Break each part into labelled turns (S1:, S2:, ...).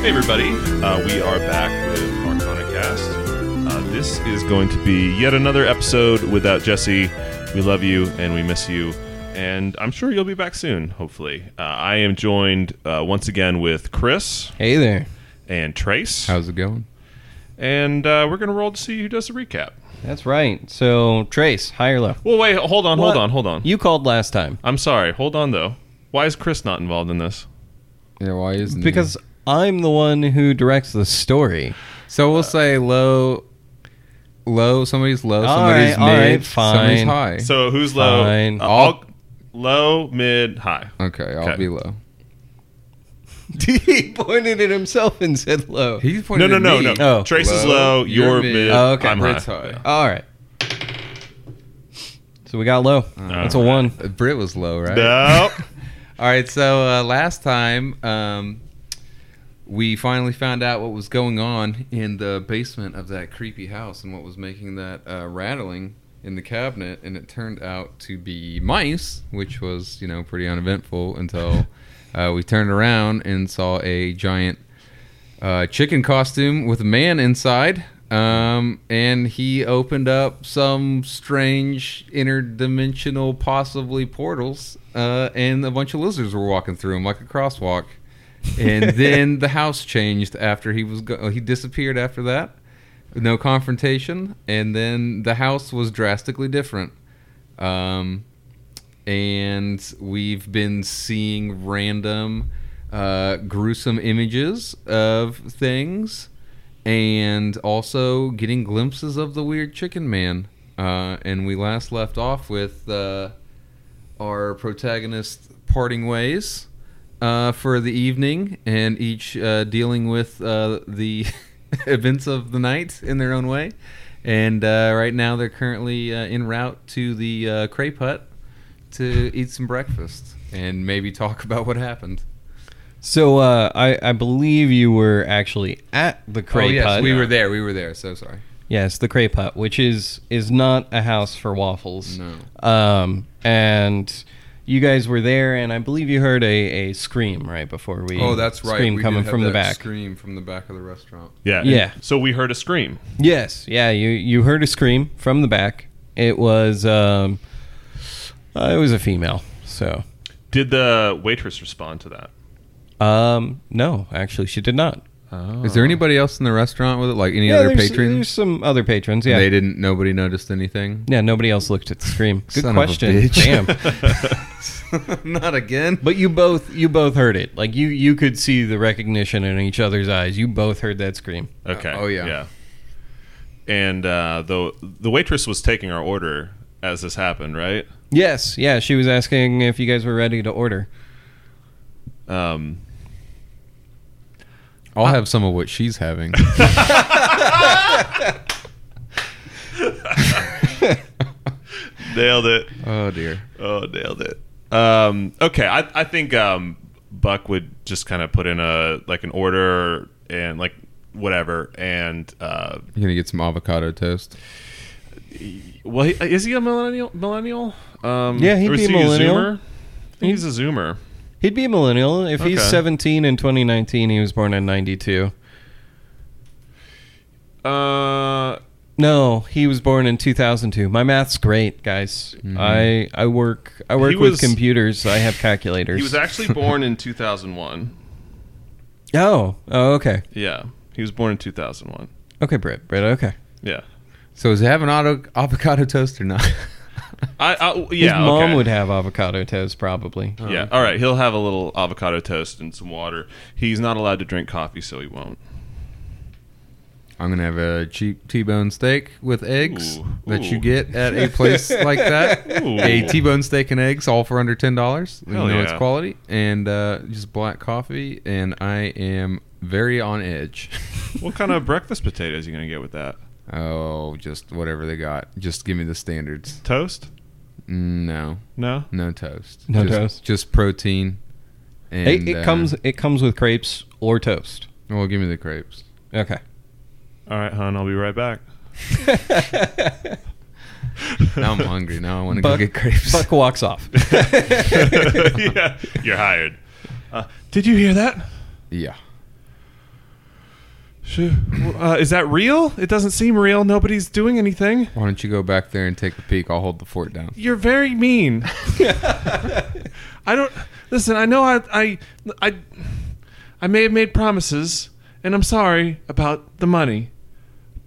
S1: Hey, everybody. Uh, we are back with Arconacast. Uh, this is going to be yet another episode without Jesse. We love you and we miss you. And I'm sure you'll be back soon, hopefully. Uh, I am joined uh, once again with Chris
S2: Hey there.
S1: and Trace.
S2: How's it going?
S1: And uh, we're going to roll to see who does the recap.
S2: That's right. So, Trace, high or low?
S1: Well, wait, hold on, hold
S2: What?
S1: on, hold on.
S2: You called last time
S1: I'm sorry. Hold on, though. Why is Chris not involved in this?
S3: Yeah, why isn't
S2: because I'm the one who directs the story.
S3: he? so we'll say low, low. Somebody's low.
S2: All
S3: Somebody's
S2: right, all
S3: mid.
S2: right,
S3: Somebody's
S2: fine.
S3: high.
S1: So who's low?
S2: Fine.
S1: Uh,
S2: I'll-
S1: I'll- low, mid, high.
S3: okay, I'll
S1: Okay.
S3: be low.
S2: he pointed at himself and said low.
S3: He's
S1: No,
S3: pointing
S1: no,
S3: at
S1: no,
S3: me.
S1: no.
S2: Oh.
S1: Trace is
S3: Low,
S1: low.
S3: you're
S1: You're
S3: mid.
S1: mid.
S2: Oh, okay.
S1: I'm high.
S3: Brit's high.
S2: All right. So we got low. That's a
S1: All right.
S2: one.
S3: Brit was low, right?
S1: No.
S3: All right. So uh, last time, um, we finally found out what was going on in the basement of that creepy house and what was making that uh, rattling in the cabinet, and it turned out to be mice, which was you know pretty uneventful until uh, we turned around and saw a giant uh, chicken costume with a man inside. Um, and he opened up some strange interdimensional, possibly portals, uh, and a bunch of lizards were walking through him like a crosswalk. And then the house changed after he was go- uh, he disappeared after that, no confrontation, and then the house was drastically different. Um, and we've been seeing random uh, gruesome images of things and also getting glimpses of the weird chicken man uh, and we last left off with uh, our protagonist parting ways uh, for the evening and each uh, dealing with uh, the events of the night in their own way and uh, right now they're currently uh, en route to the uh, crepe hut to eat some breakfast and maybe talk about what happened.
S2: So uh, I, I believe you were actually at the crepe hut.
S3: Oh, we were there. We were there. So sorry.
S2: Yes, the crepe hut, which is is not a house for waffles.
S3: No.
S2: Um, and you guys were there, and I believe you heard a, a scream right before we.
S3: Oh, that's right.
S2: Scream
S3: we did
S2: coming
S3: have
S2: from the
S3: that
S2: back.
S3: Scream from the back of the restaurant.
S1: yeah.
S2: Yeah.
S1: So we heard a scream.
S2: Yes, yeah. You you heard a scream from the back. It was um, uh, it was a female. So,
S1: Did the waitress respond to that?
S2: um, no, actually, she did not.
S1: Oh.
S3: Is there anybody else in the restaurant with it? Like any
S2: yeah,
S3: other
S2: there's,
S3: patrons?
S2: there's some other patrons. Yeah.
S3: They didn't. Nobody noticed anything.
S2: yeah, nobody else looked at the scream. Good
S3: Son of a
S2: question.
S3: bitch.
S2: Damn.
S3: Not again.
S2: But you both you both heard it. Like you you could see the recognition in each other's eyes. You both heard that scream.
S1: Okay.
S3: Oh, yeah.
S1: Yeah. And uh, the the waitress was taking our order as this happened, right?
S2: Yes, yeah. She was asking if you guys were ready to order.
S1: Um,
S3: I'll have some of what she's having.
S1: nailed it.
S3: oh dear.
S1: Oh, nailed it. Um, okay, I, I think um, Buck would just kind of put in a like an order and like whatever. And uh,
S3: You're gonna get some avocado toast.
S1: well, he, is he a millennial? Millennial? Um,
S2: Yeah, he'd
S1: or is
S2: be a
S1: he
S2: millennial.
S1: Zoomer? I think He's a zoomer.
S2: He'd be a millennial if he's
S1: Okay.
S2: 17 in 2019. He was born in 92.
S1: Uh,
S2: No, he was born in 2002. My math's great, guys.
S3: Mm-hmm.
S2: I I work I work
S1: He
S2: with
S1: was-
S2: computers. I have calculators.
S1: he was actually born in 2001.
S2: oh, oh, okay,
S1: Yeah, he was born in 2001.
S2: okay, Britt, Britt, okay.
S1: Yeah,
S3: So is it having auto- avocado toast or not?
S1: I, I yeah.
S2: His mom
S1: okay.
S2: would have avocado toast probably.
S1: Yeah. All right. He'll have a little avocado toast and some water. He's not allowed to drink coffee, so he won't.
S3: I'm gonna have a cheap T-bone steak with eggs
S1: Ooh,
S3: that
S1: ooh.
S3: you get at a place like that.
S1: Ooh.
S3: A T-bone steak and eggs, all for under ten dollars. You
S1: Hell
S3: know it's
S1: yeah.
S3: quality, and uh, just black coffee. And I am very on edge.
S1: What kind of breakfast potatoes are you gonna get with that?
S3: oh, just whatever they got. Just give me the standards.
S1: Toast?
S3: Mm, No,
S1: No.
S3: no toast.
S2: No
S3: just,
S2: toast.
S3: Just protein. And,
S2: It, it
S3: uh,
S2: comes it comes with crepes or toast.
S3: Well, give me the crepes.
S2: Okay.
S1: All right, hon. I'll be right back.
S3: Now I'm hungry. Now I want to go
S2: Buck,
S3: get crepes.
S2: Buck walks off.
S1: yeah, you're hired. Uh, did you hear that?
S3: Yeah.
S1: Shoo. Uh, is that real? It doesn't seem real. Nobody's doing anything.
S3: Why don't you go back there and take a peek? I'll hold the fort down.
S1: You're very mean. I don't listen. I know I I I I may have made promises, and I'm sorry about the money,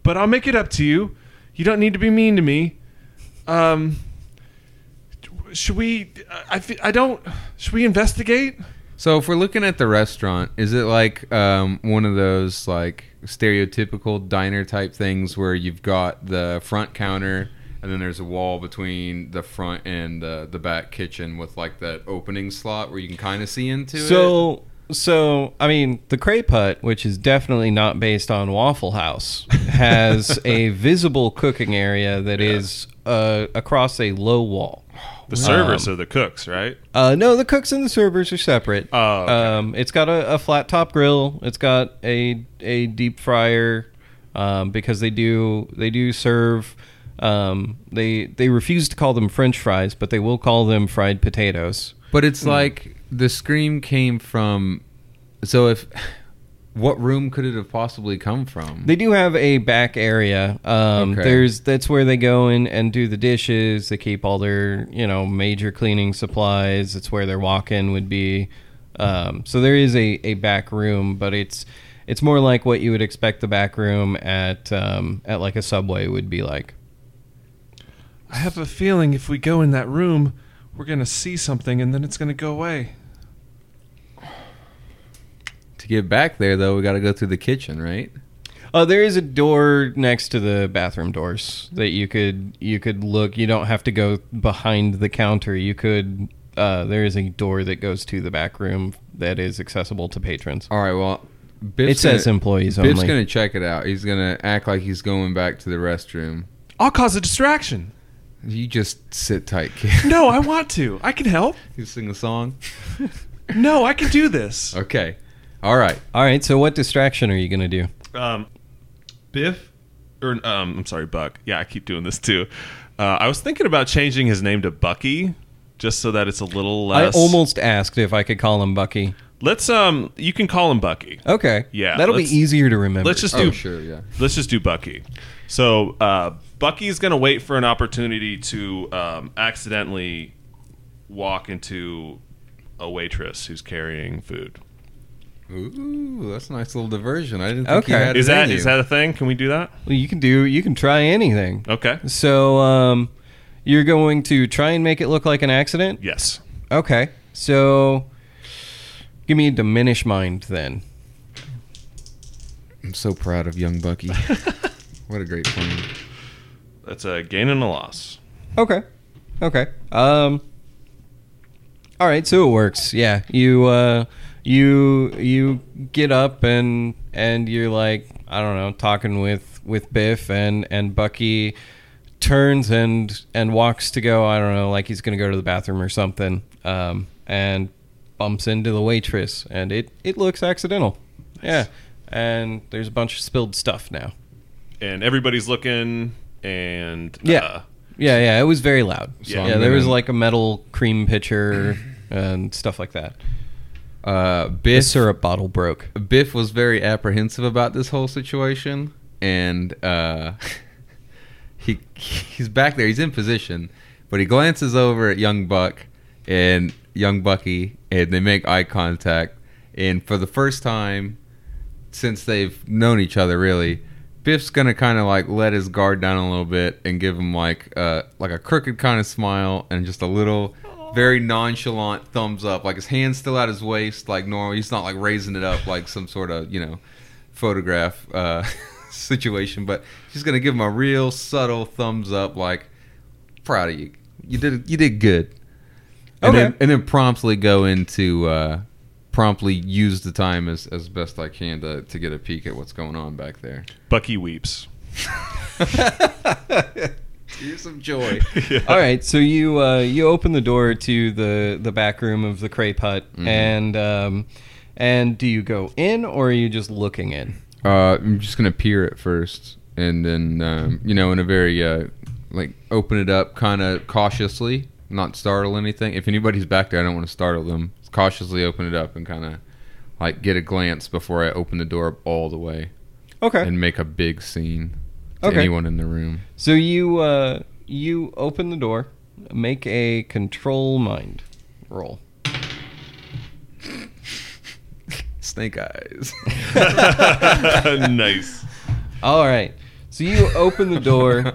S1: but I'll make it up to you. You don't need to be mean to me. Um, should we? I fe- I don't. Should we investigate?
S3: So if we're looking at the restaurant, is it like um, one of those like stereotypical diner type things where you've got the front counter and then there's a wall between the front and the, the back kitchen with like that opening slot where you can kind of see into it?
S2: so so I mean the crepe hut, which is definitely not based on Waffle House, has a visible cooking area that is uh, across a low wall.
S1: The servers are the cooks, right?
S2: Uh, no, the cooks and the servers are separate.
S1: Oh, okay.
S2: um, it's got a, a flat top grill. It's got a a deep fryer um, because they do they do serve. Um, they they refuse to call them French fries, but they will call them fried potatoes.
S3: But it's like the scream came from. So if what room could it have possibly come from?
S2: They do have a back area. Um,
S3: Um, Okay.
S2: There's that's where they go in and do the dishes. They keep all their you know major cleaning supplies. It's where their walk-in would be. Um, so there is a, a back room, but it's it's more like what you would expect the back room at um, at like a subway would be like.
S1: I have a feeling if we go in that room, we're gonna see something, and then it's gonna go away.
S3: to get back there though, we got to go through the kitchen, right?
S2: Oh, there is a door next to the bathroom doors that you could you could look. You don't have to go behind the counter. You could. Uh, there is a door that goes to the back room that is accessible to patrons.
S3: All right. Well, Biff's
S2: it says employees
S3: Biff's
S2: only.
S3: gonna check it out. He's gonna act like he's going back to the restroom.
S1: I'll cause a distraction.
S3: You just sit tight, kid.
S1: No, I want to. I can help.
S3: you sing a song.
S1: No, I can do this.
S3: Okay. All right.
S2: All right. So, what distraction are you gonna do?
S1: Um, Biff, or um, I'm sorry, Buck. Yeah, I keep doing this too. Uh, I was thinking about changing his name to Bucky, just so that it's a little less.
S2: I almost asked if I could call him Bucky.
S1: Let's um, you can call him Bucky.
S2: Okay.
S1: Yeah,
S2: That'll be
S1: let's-
S2: easier to remember.
S1: Let's just
S3: Oh,
S1: do
S3: sure. Yeah.
S1: let's just do Bucky. So uh, Bucky's gonna wait for an opportunity to um, accidentally walk into a waitress who's carrying food.
S3: Ooh, that's a nice little diversion. I didn't think you
S2: Okay.
S3: had
S1: Is
S3: it in
S1: that
S3: you.
S1: is that a thing? Can we do that?
S2: Well, you can do. You can try anything.
S1: Okay.
S2: So, um, you're going to try and make it look like an accident.
S1: Yes.
S2: Okay. So give me a diminish mind then.
S3: I'm so proud of young Bucky. what a great plan.
S1: That's a gain and a loss.
S2: Okay. Okay. Um All right, so it works. Yeah. You uh you you get up and and you're like, I don't know, talking with with Biff and and Bucky turns and and walks to go, I don't know, like he's going to go to the bathroom or something. Um and bumps into the waitress and it it looks accidental. Yeah. And there's a bunch of spilled stuff now.
S1: and everybody's looking and
S2: Yeah.
S1: uh,
S2: Yeah, yeah, it was very loud.
S1: Yeah.
S2: yeah,
S1: I'm
S2: there was
S3: gonna-
S2: like a metal cream pitcher and stuff like that.
S3: Uh,
S2: The
S3: Biff
S2: syrup bottle broke.
S3: Biff was very apprehensive about this whole situation, and uh, he he's back there. He's in position, but he glances over at young Buck and young Bucky, and they make eye contact. And for the first time since they've known each other, really, Biff's gonna kind of like let his guard down a little bit and give him like uh, like a crooked kind of smile and just a little. Very nonchalant thumbs up, like his hand's still at his waist, like normal. He's not like raising it up like some sort of, you know, photograph uh, situation, but she's gonna give him a real subtle thumbs up, like proud of you. You did you did good. And
S2: Okay.
S3: then, and then promptly go into uh, promptly use the time as, as best I can to, to get a peek at what's going on back there.
S1: Bucky weeps.
S3: Here's some joy.
S2: All right, so you uh, you open the door to the the back room of the crepe hut, and um, and do you go in or are you just looking in?
S3: Uh, I'm just gonna peer at first, and then um, you know, in a very uh, like open it up kind of cautiously, not startle anything. If anybody's back there, I don't want to startle them. Cautiously open it up and kind of like get a glance before I open the door up all the way.
S2: Okay.
S3: and make a big scene to
S2: Okay.
S3: anyone in the room.
S2: so you uh, you open the door, make a control mind roll.
S3: Snake eyes.
S1: nice.
S2: All right. So you open the door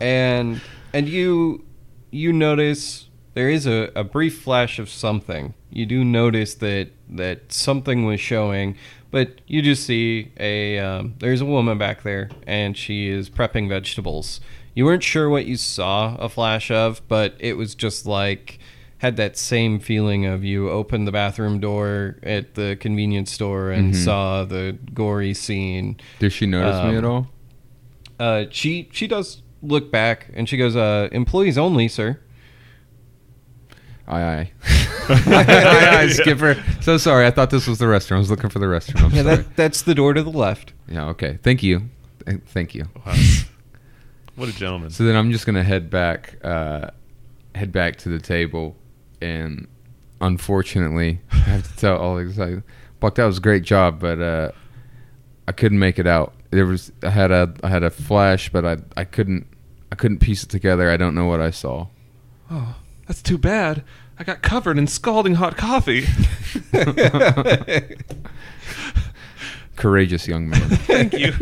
S2: and and you you notice there is a, a brief flash of something. You do notice that that something was showing, but you just see a um, there's a woman back there and she is prepping vegetables. You weren't sure what you saw a flash of, but it was just like had that same feeling of you opened the bathroom door at the convenience store and saw the gory scene.
S3: Does she notice
S2: Um,
S3: me at all?
S2: Uh, she she does look back and she goes, uh, "Employees only, sir."
S3: Aye aye. aye aye, Skipper. So sorry. I thought this was the restroom. I was looking for the restroom. I'm
S2: Yeah,
S3: sorry.
S2: that that's the door to the left.
S3: yeah. Okay. Thank you. Th- Thank you.
S1: Wow. What a gentleman.
S3: So then I'm just gonna head back, uh, head back to the table, and unfortunately, I have to tell Alex, I, Buck, that was a great job, but uh, I couldn't make it out. There was I had a I had a flash, but I I couldn't I couldn't piece it together. I don't know what I saw.
S1: Oh, that's too bad. I got covered in scalding hot coffee.
S3: Courageous young man.
S1: Thank you.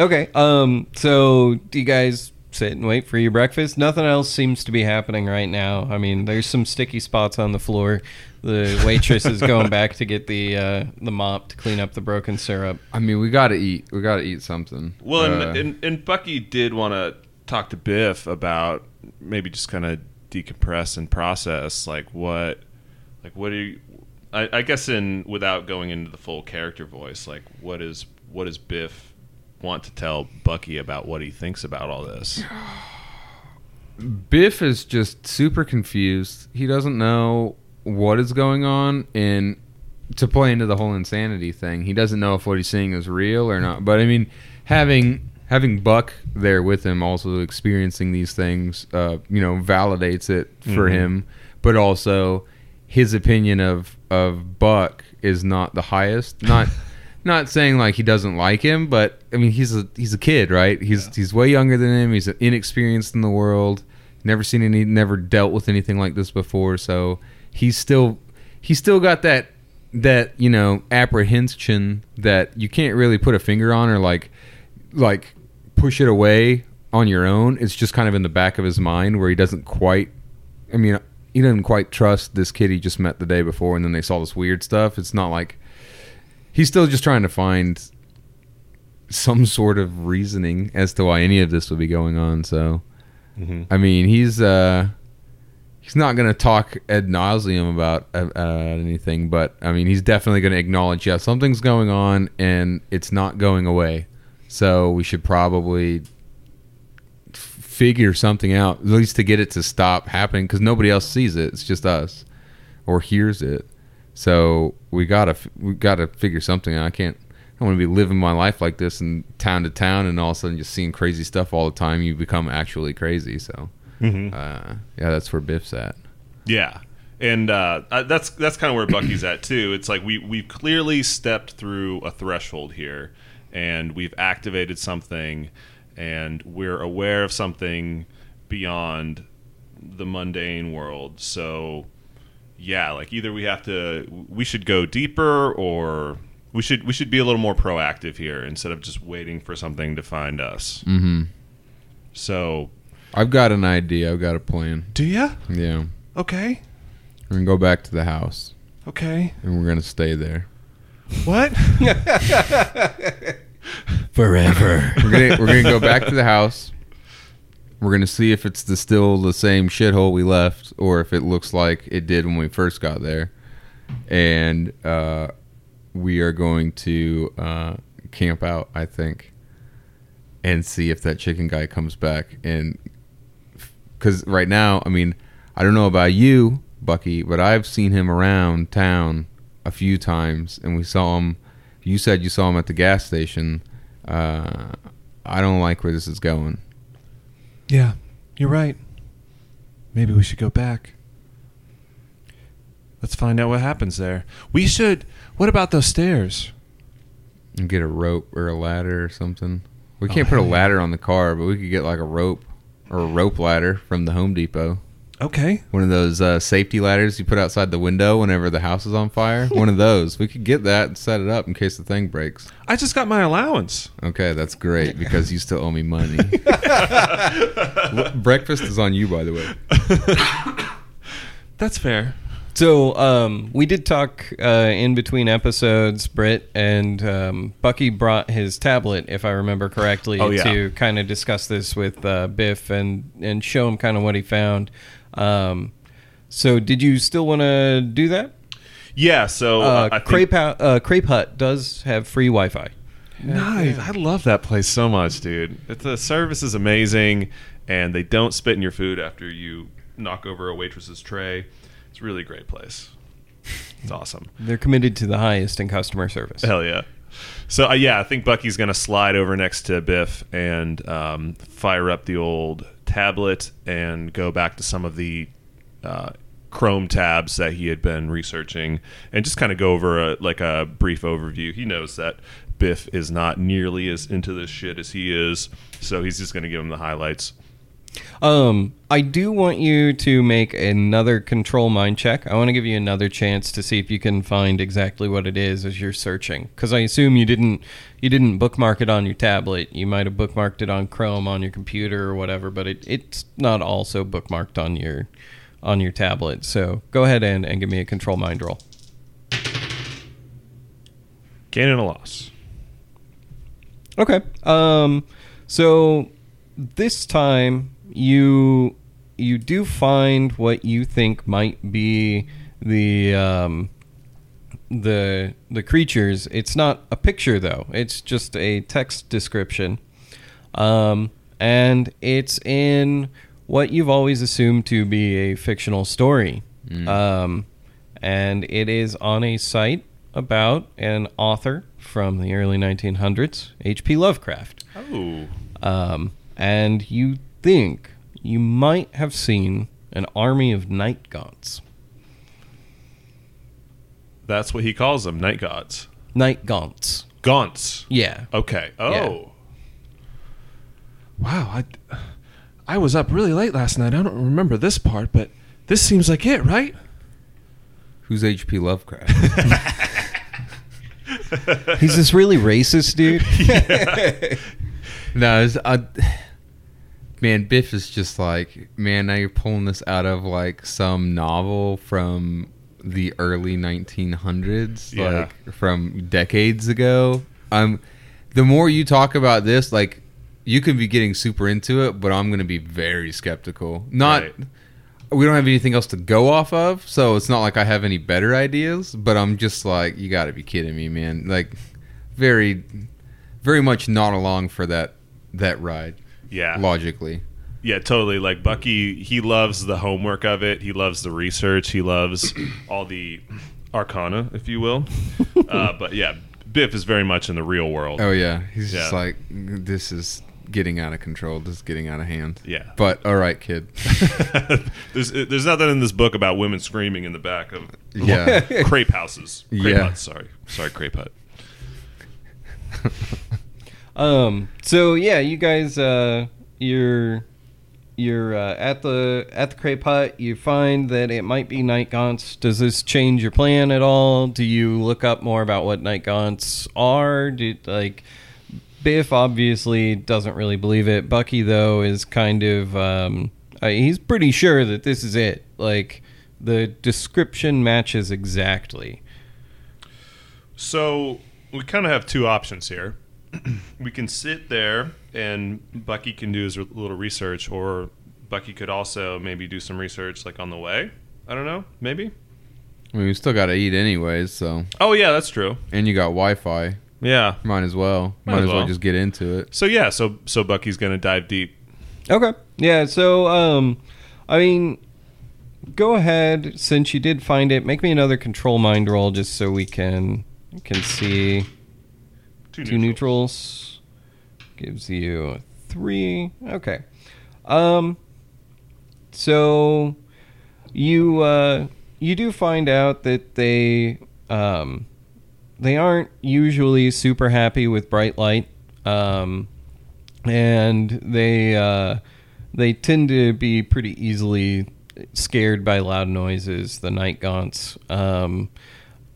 S2: Okay. Um. So do you guys sit and wait for your breakfast? Nothing else seems to be happening right now. I mean, there's some sticky spots on the floor. The waitress is going back to get the uh, the mop to clean up the broken syrup.
S3: I mean, we gotta eat. We gotta eat something.
S1: Well,
S3: Uh,
S1: and, and, and Bucky did want to talk to Biff about maybe just kind of decompress and process, like what, like what are you, I, I guess in without going into the full character voice, like what is what does Biff want to tell Bucky about what he thinks about all this?
S3: Biff is just super confused. He doesn't know what is going on, and to play into the whole insanity thing, he doesn't know if what he's seeing is real or not. But I mean, having having Buck there with him, also experiencing these things, uh, you know, validates it for
S1: Mhm.
S3: him. But also, his opinion of of Buck is not the highest. Not not saying like he doesn't like him, but I mean he's a he's a kid, right? He's he's way younger than him. He's inexperienced in the world. Never seen any, never dealt with anything like this before. So he's still he's still got that that you know apprehension that you can't really put a finger on or like like push it away on your own. It's just kind of in the back of his mind where he doesn't quite. I mean, he doesn't quite trust this kid he just met the day before, and then they saw this weird stuff. It's not like he's still just trying to find some sort of reasoning as to why any of this would be going on. So,
S1: Mhm.
S3: I mean, he's uh, he's not going to talk ad nauseum about uh, uh, anything, but I mean, he's definitely going to acknowledge, yeah, something's going on, and it's not going away. So we should probably f- figure something out, at least to get it to stop happening, because nobody else sees it. It's just us, or hears it. So we gotta f- we gotta figure something out. I can't. I want to be living my life like this and town to town, and all of a sudden just seeing crazy stuff all the time. You become actually crazy. So uh, yeah, that's where Biff's at.
S1: Yeah, and uh, uh, that's that's kind of where Bucky's at too. It's like we we've clearly stepped through a threshold here, and we've activated something, and we're aware of something beyond the mundane world. So yeah, like either we have to we should go deeper or. We should we should be a little more proactive here instead of just waiting for something to find us.
S3: Mm-hmm.
S1: So,
S3: I've got an idea. I've got a plan.
S1: do ya?
S3: Yeah,
S1: Okay,
S3: we're gonna go back to the house,
S1: okay.
S3: and we're gonna stay there.
S1: What?
S2: Forever.
S3: We're gonna we're gonna go back to the house. We're gonna see if it's the, still the same shithole we left, or if it looks like it did when we first got there. And uh, we are going to uh, camp out, I think, and see if that chicken guy comes back. And because right now, I mean, I don't know about you, Bucky, but I've seen him around town a few times, and we saw him. You said you saw him at the gas station uh, I don't like where this is going.
S4: Yeah, you're right. Maybe we should go back.
S1: Let's find out what happens there.
S4: We should. What about those stairs?
S3: and get a rope or a ladder or something. We can't put a ladder on the car, but we could get like a rope or a rope ladder from the Home Depot.
S4: Okay.
S3: One of those uh, safety ladders you put outside the window whenever the house is on fire. One of those. We could get that and set it up in case the thing breaks.
S1: I just got my allowance.
S3: Okay, that's great because you still owe me money. Breakfast is on you, by the way.
S1: That's fair.
S2: So um, we did talk uh, in between episodes, Britt, and um, Bucky brought his tablet, if I remember correctly,
S1: Oh, yeah.
S2: to kind of discuss this with uh, Biff and and show him kind of what he found. Um, so did you still want to do that?
S1: Yeah. So
S2: uh,
S1: uh, I think-
S2: Crepe Hou- uh, Crepe Hut does have free Wi-Fi.
S1: Nice. I love that place so much, dude. It's, the service is amazing, and they don't spit in your food after you knock over a waitress's tray. It's a really great place. It's awesome.
S2: They're committed to the highest in customer service.
S1: Hell yeah. So uh, yeah, I think Bucky's gonna slide over next to Biff and um, fire up the old tablet and go back to some of the uh, Chrome tabs that he had been researching and just kind of go over a, like a brief overview. He knows that Biff is not nearly as into this shit as he is, so he's just gonna give him the highlights.
S2: Um, I do want you to make another control mind check. I want to give you another chance to see if you can find exactly what it is as you're searching, because I assume you didn't you didn't bookmark it on your tablet. You might have bookmarked it on Chrome on your computer or whatever, but it, it's not also bookmarked on your on your tablet. So go ahead and, and give me a control mind roll.
S1: Gain and a loss.
S2: Okay. Um, so this time you you do find what you think might be the um, the the creatures. It's not a picture though. It's just a text description, um, and it's in what you've always assumed to be a fictional story. Um, and it is on a site about an author from the early 1900s, H.P. Lovecraft.
S1: Oh,
S2: Um, and you think you might have seen an army of night gaunts.
S1: that's what he calls them, night gods,
S2: Night gaunts.
S1: gaunts.
S2: Yeah.
S1: Okay. Oh.
S4: Wow. I, I was up really late last night. I don't remember this part, but this seems like it, right?
S3: Who's HP Lovecraft?
S2: He's this really racist dude.
S3: no, it's, I, man, Biff is just like, man, now you're pulling this out of like some novel from the early 1900s,
S1: Yeah.
S3: like from decades ago. I'm. The more you talk about this, like, you can be getting super into it, but I'm going to be very skeptical. Not.
S1: Right.
S3: We don't have anything else to go off of, so it's not like I have any better ideas, but I'm just like, you gotta be kidding me, man. Like very very much not along for that that ride,
S1: Yeah.
S3: logically.
S1: Yeah, totally. Like Bucky, he loves the homework of it. He loves the research. He loves all the arcana, if you will. uh, but yeah, Biff is very much in the real world.
S3: Oh yeah. He's just
S1: Yeah.
S3: like this is getting out of control, this is getting out of hand.
S1: Yeah.
S3: But all right, kid.
S1: there's uh, there's nothing in this book about women screaming in the back of
S3: yeah.
S1: crepe houses. Crepe
S3: Yeah.
S1: huts, sorry. Sorry, crepe hut.
S2: Um. So yeah, you guys, uh, you're you're uh, at the at the crepe hut. You find that it might be night gaunts. Does this change your plan at all? Do you look up more about what night gaunts are? Do like Biff obviously doesn't really believe it. Bucky though is kind of um, uh, he's pretty sure that this is it. Like the description matches exactly.
S1: So we kind of have two options here. we can sit there and Bucky can do his little research, or Bucky could also maybe do some research like on the way. I don't know, maybe.
S3: I mean we still gotta eat anyways, so
S1: Oh yeah, that's true.
S3: and you got Wi Fi.
S1: Yeah.
S3: Might as well. Might, as well. just get into it.
S1: So yeah, so so Bucky's gonna dive deep.
S2: Okay. Yeah. So, um, I mean, go ahead since you did find it. Make me another control mind roll just so we can can see
S1: Two,
S2: two neutrals. Gives you a three. Okay. Um. So you uh, you do find out that they um, they aren't usually super happy with bright light, um, and they uh, they tend to be pretty easily scared by loud noises. The night gaunts. Um,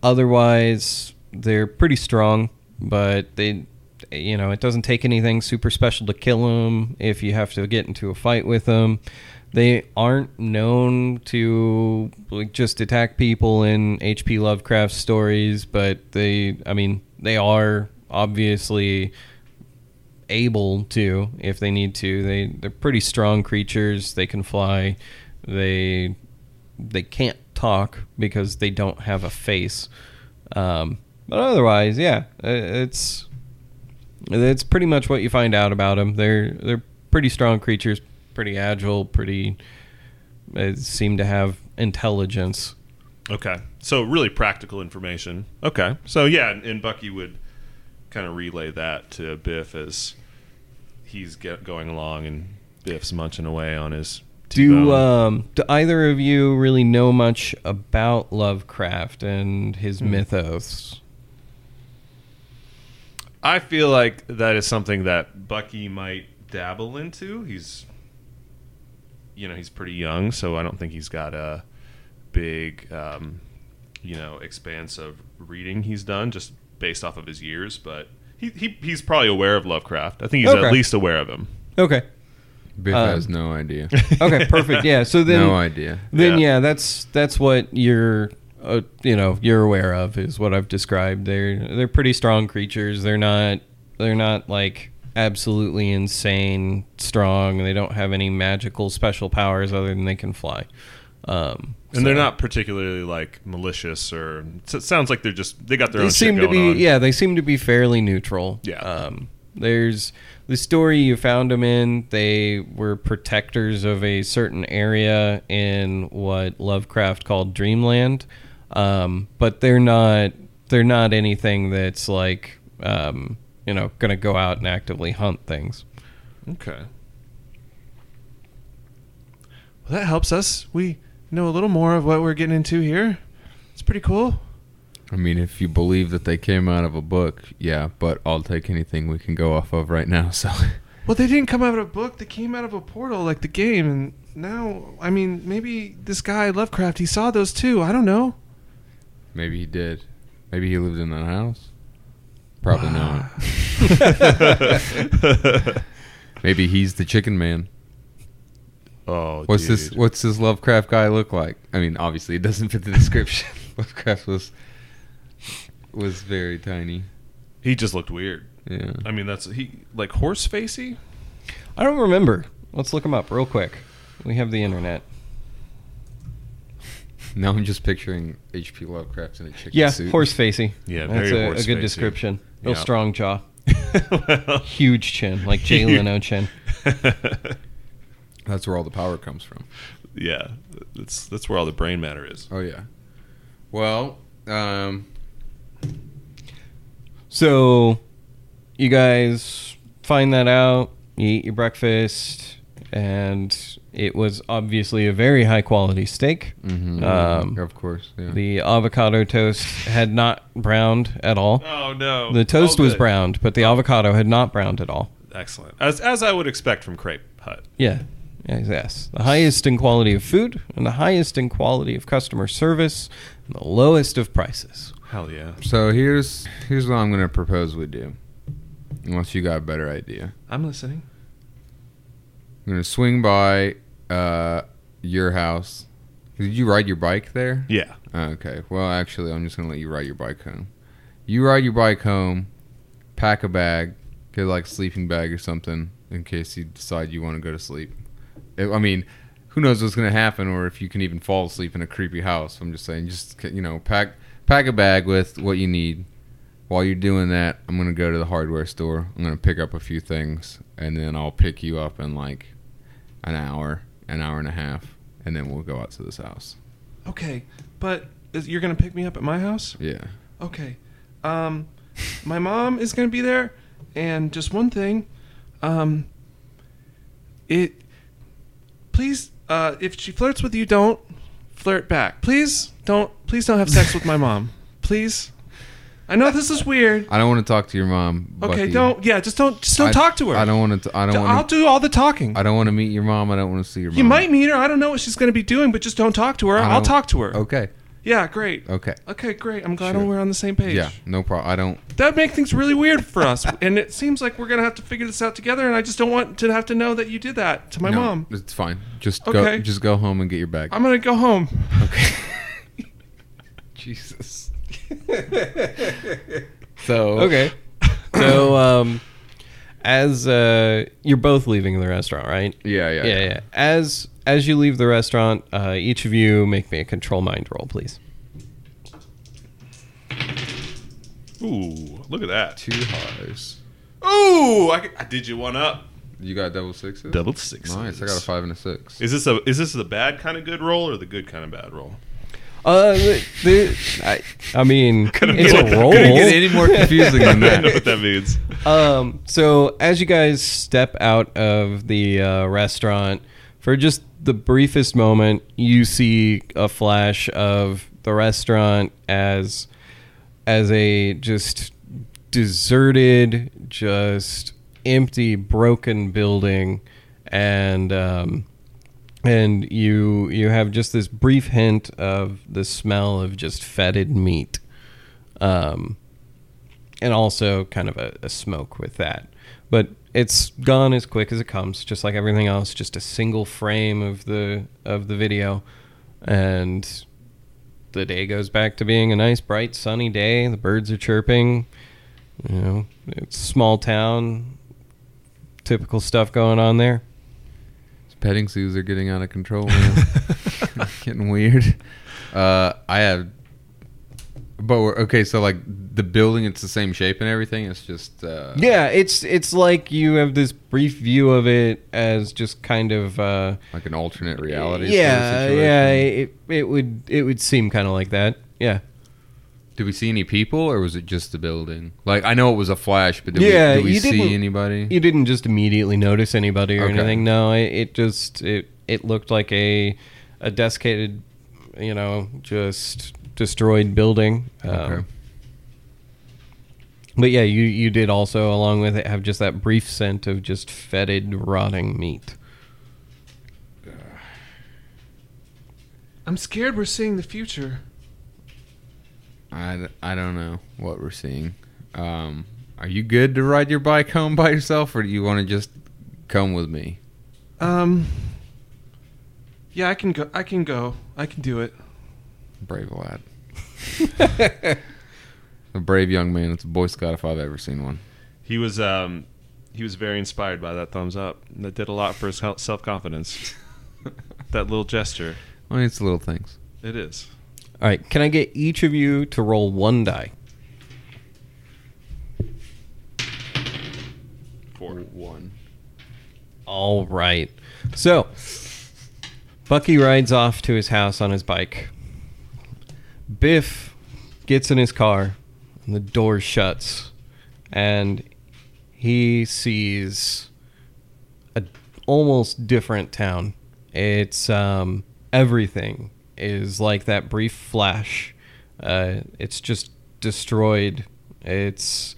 S2: otherwise, they're pretty strong, but they you know it doesn't take anything super special to kill them. If you have to get into a fight with them. They aren't known to like just attack people in H.P. Lovecraft stories, but they, I mean, they are obviously able to if they need to. They they're pretty strong creatures. They can fly. They they can't talk because they don't have a face. Um, but otherwise, yeah, i- it's it's pretty much what you find out about them. They're they're pretty strong creatures, pretty agile, pretty. They seem to have intelligence.
S1: Okay. So really practical information. Okay. So yeah, and, and Bucky would kind of relay that to Biff as he's get, going along, and Biff's munching away on his.
S2: Do
S1: T-bone.
S2: um, do either of you really know much about Lovecraft and his mythos?
S1: I feel like that is something that Bucky might dabble into. He's, you know, he's pretty young, so I don't think he's got a big, um, you know, expanse of reading he's done just based off of his years. But he, he he's probably aware of Lovecraft. I think he's
S2: Okay.
S1: at least aware of him.
S2: Okay.
S3: Biff
S2: Um,
S3: has no idea.
S2: Okay, perfect. Yeah. So then
S3: no idea.
S2: then
S1: Yeah.
S2: yeah. that's that's what you're uh, you know you're aware of is what I've described. They're they're pretty strong creatures. They're not they're not like absolutely insane strong. They don't have any magical special powers other than they can fly. Um,
S1: And they're not particularly like malicious or. It sounds like they're just they got their
S2: they
S1: own.
S2: seem
S1: shit
S2: to
S1: going on.
S2: be yeah they seem to be fairly neutral
S1: Yeah.
S2: um there's the story you found them in they were protectors of a certain area in what lovecraft called dreamland um but they're not they're not anything that's like um you know gonna go out and actively hunt things
S1: Okay. Well, that helps us. We know a little more of what we're getting into here. It's pretty cool.
S3: I mean, if you believe that they came out of a book, yeah, but I'll take anything we can go off of right now. So,
S4: Well, they didn't come out of a book. They came out of a portal, like the game. And now, I mean, maybe this guy Lovecraft, he saw those too. I don't know.
S3: maybe he did. Maybe he lived in that house. Probably not. Maybe he's the chicken man.
S1: oh,
S3: What's
S1: dude.
S3: this what's this Lovecraft guy look like? I mean, obviously it doesn't fit the description. Lovecraft was was very tiny.
S1: He just looked weird.
S3: Yeah.
S1: I mean, that's he like horse facey.
S2: i don't remember let's look them up real quick we have the internet
S3: Now I'm just picturing H.P. Lovecraft in a chicken
S2: yeah
S3: suit.
S2: horse facey
S1: Yeah,
S2: that's
S1: very
S2: a, a
S1: horse
S2: good
S1: facey.
S2: description real
S1: Yeah.
S2: strong jaw
S1: well,
S2: huge chin like jay leno chin
S3: That's where all the power comes from.
S1: yeah, that's that's where all the brain matter is.
S3: Oh yeah. Well, um,
S2: So, you guys find that out. You eat your breakfast, and it was obviously a very high quality steak. Um,
S3: of course,
S1: Mm.
S3: yeah.
S2: The avocado toast had not browned at all.
S1: Oh no,
S2: The toast
S1: Oh,
S2: was
S1: good.
S2: browned, but the avocado had not browned at all.
S1: Excellent, as as I would expect from Crepe Hut.
S2: Yeah. Yes, yes. The highest in quality of food, and the highest in quality of customer service, and the lowest of prices.
S1: Hell yeah,
S3: so here's here's what I'm gonna propose we do. Unless you got a better idea,
S1: I'm listening.
S3: I'm gonna swing by uh, your house. Did you ride your bike there?
S1: Yeah,
S3: Oh, Okay. Well, actually, I'm just gonna let you ride your bike home. You ride your bike home, pack a bag, get like a sleeping bag or something in case you decide you want to go to sleep. I I mean, who knows what's gonna happen or if you can even fall asleep in a creepy house. I'm just saying, just you know, pack pack a bag with what you need. While you're doing that, I'm gonna go to the hardware store. I'm gonna pick up a few things, and then I'll pick you up in like an hour, an hour and a half, and then we'll go out to this house.
S4: Okay, but is, you're gonna pick me up at my house?
S3: Yeah.
S4: Okay. Um, my mom is gonna be there, and just one thing, um, it. Please, uh, if she flirts with you, don't flirt back. Please don't. Please don't have sex with my mom. Please. I know this is weird.
S3: I don't want to talk to your mom.
S4: Okay,
S3: Bucky.
S4: don't. Yeah, just don't. Just don't
S3: I-
S4: talk to her.
S3: I don't want to. I don't
S4: I'll
S3: want to.
S4: do all the talking.
S3: I don't want to meet your mom. I don't want to see your mom.
S4: you might meet her. I don't know what she's going to be doing, but just don't talk to her.
S3: I
S4: I'll
S3: don't-
S4: talk to her.
S3: Okay.
S4: Yeah, great.
S3: Okay.
S4: Okay, great. I'm glad
S3: Sure.
S4: we're on the same page.
S3: Yeah. No problem. I don't.
S4: That makes things really weird for us, and it seems like we're gonna have to figure this out together. And I just don't want to have to know that you did that to my
S3: no,
S4: mom.
S3: It's fine. Just
S4: Okay.
S3: go. Just go home and get your bag.
S4: I'm gonna go home.
S3: okay. Jesus. so
S2: Okay. So, um, as uh, you're both leaving the restaurant, right?
S3: Yeah. Yeah.
S2: yeah, yeah. As as you leave the restaurant, uh, each of you make me a control mind roll, please.
S1: Ooh, look at that.
S3: Two highs.
S1: Ooh, I, I did you one up.
S3: You got double sixes.
S1: Double six.
S3: Nice. I got a five and a six.
S1: Is this a is this the bad kind of good roll or the good kind of bad roll?
S2: Uh, the, the, I, I mean, it's
S1: get it.
S2: a roll.
S1: Couldn't
S3: get any more confusing
S1: I don't
S3: than
S1: know
S3: that.
S1: what that means.
S2: Um, so as you guys step out of the uh, restaurant, for just the briefest moment, you see a flash of the restaurant as as a just deserted, just empty, broken building, and um, and you you have just this brief hint of the smell of just fetid meat. Um, and also kind of a, a smoke with that. But it's gone as quick as it comes, just like everything else. Just a single frame of the of the video, and the day goes back to being a nice, bright, sunny day. The birds are chirping. You know, it's small town, typical stuff going on there.
S3: Petting zoos are getting out of control, man. getting weird. Uh, I have, but we're, okay. So like the building, it's the same shape and everything. It's just uh,
S2: Yeah, it's it's like you have this brief view of it as just kind of. Uh,
S3: like an alternate reality. sort of
S2: yeah,
S3: situation.
S2: yeah. It, it would it would seem kind of like that. Yeah.
S3: Did we see any people, or was it just the building? Like I know it was a flash, but did
S2: Yeah,
S3: we, did we
S2: you didn't-
S3: see anybody?
S2: You didn't just immediately notice anybody or
S3: Okay.
S2: anything. No, it, it just it it looked like a a desiccated, you know, just destroyed building. Um,
S3: Okay.
S2: But yeah, you you did also along with it have just that brief scent of just fetid rotting meat.
S4: I'm scared we're seeing the future.
S3: I, I don't know what we're seeing. Um, are you good to ride your bike home by yourself, or do you want to just come with me?
S4: Um. Yeah, I can go. I can go. I can do it.
S3: Brave lad. a brave young man. It's a Boy Scout if I've ever seen one.
S1: He was um he was very inspired by that thumbs up. That did a lot for his self confidence. that little gesture.
S3: I mean, it's little things.
S1: It is.
S2: All right, can I get each of you to roll one die?
S1: Four.
S3: One.
S2: All right. So, Bucky rides off to his house on his bike. Biff gets in his car, and the door shuts, and he sees a almost different town. It's um, everything is like that brief flash. Uh, it's just destroyed. It's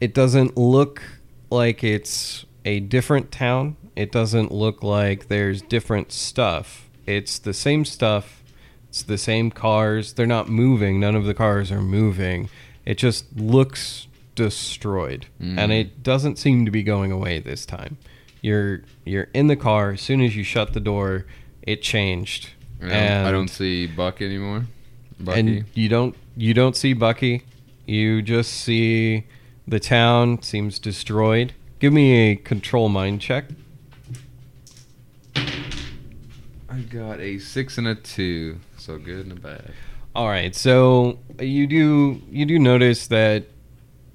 S2: it doesn't look like it's a different town. It doesn't look like there's different stuff. It's the same stuff. It's the same cars. They're not moving. None of the cars are moving. It just looks destroyed.
S3: Mm.
S2: And it doesn't seem to be going away this time. You're you're in the car as soon as you shut the door, it changed.
S3: I don't, I don't see Buck anymore. Bucky.
S2: And you don't you don't see Bucky. You just see the town seems destroyed. Give me a control mind check.
S3: I got a six and a two. So good and a bad.
S2: All right, so you do you do notice that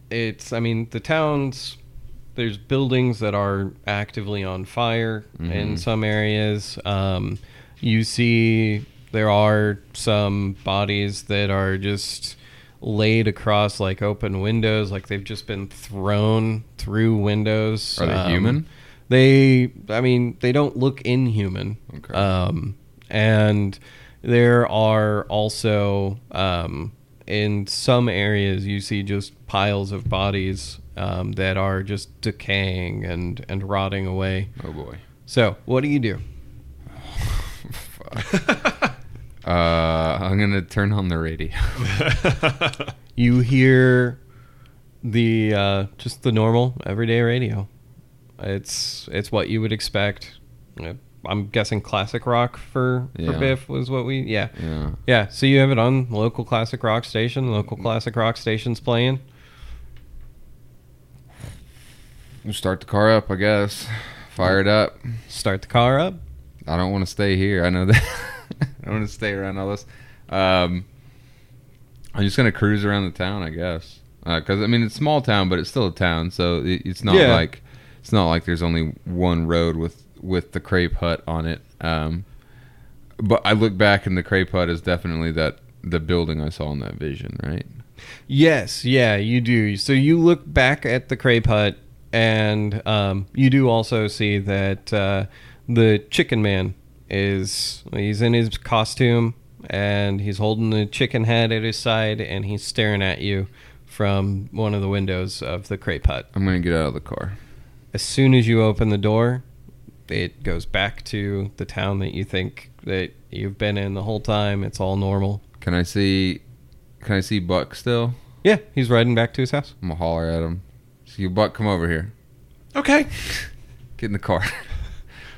S2: it's I mean the towns there's buildings that are actively on fire in
S3: Mhm.
S2: some areas. Um, you see there are some bodies that are just laid across like open windows, like they've just been thrown through windows.
S3: Are they
S2: Um,
S3: human?
S2: They, I mean, they don't look inhuman.
S3: Okay.
S2: Um, and there are also um, in some areas you see just piles of bodies um, that are just decaying and and rotting away.
S3: Oh boy.
S2: So what do you do?
S3: Fuck. uh, I'm gonna turn on the radio.
S2: You hear the uh, just the normal everyday radio. It's it's what you would expect. Uh, I'm guessing classic rock for
S3: Yeah.
S2: for Biff was what we yeah.
S3: yeah.
S2: Yeah, so you have it on local classic rock station. Local classic rock station's playing.
S3: We'll start the car up, I guess. Fire it up.
S2: Start the car up.
S3: I don't want to stay here. I know that. I don't want to stay around all this. Um, I'm just gonna cruise around the town, I guess. Because I mean, it's a small town, but it's still a town, so it, it's not
S2: Yeah.
S3: like it's not like there's only one road with with the crepe hut on it. Um, but I look back, and the crepe hut is definitely that the building I saw in that vision, right?
S2: Yes, yeah, you do. So you look back at the crepe hut, and um, you do also see that uh, the chicken man is he's in his costume and he's holding the chicken head at his side and he's staring at you from one of the windows of the crepe hut.
S3: I'm gonna get out of the car.
S2: as soon as you open the door, it goes back to the town that you think that you've been in the whole time. It's all normal.
S3: Can I see? Can I see Buck still?
S2: Yeah, he's riding back to his house.
S3: I'm gonna holler at him. See you, Buck. Come over here.
S4: Okay.
S3: Get in the car.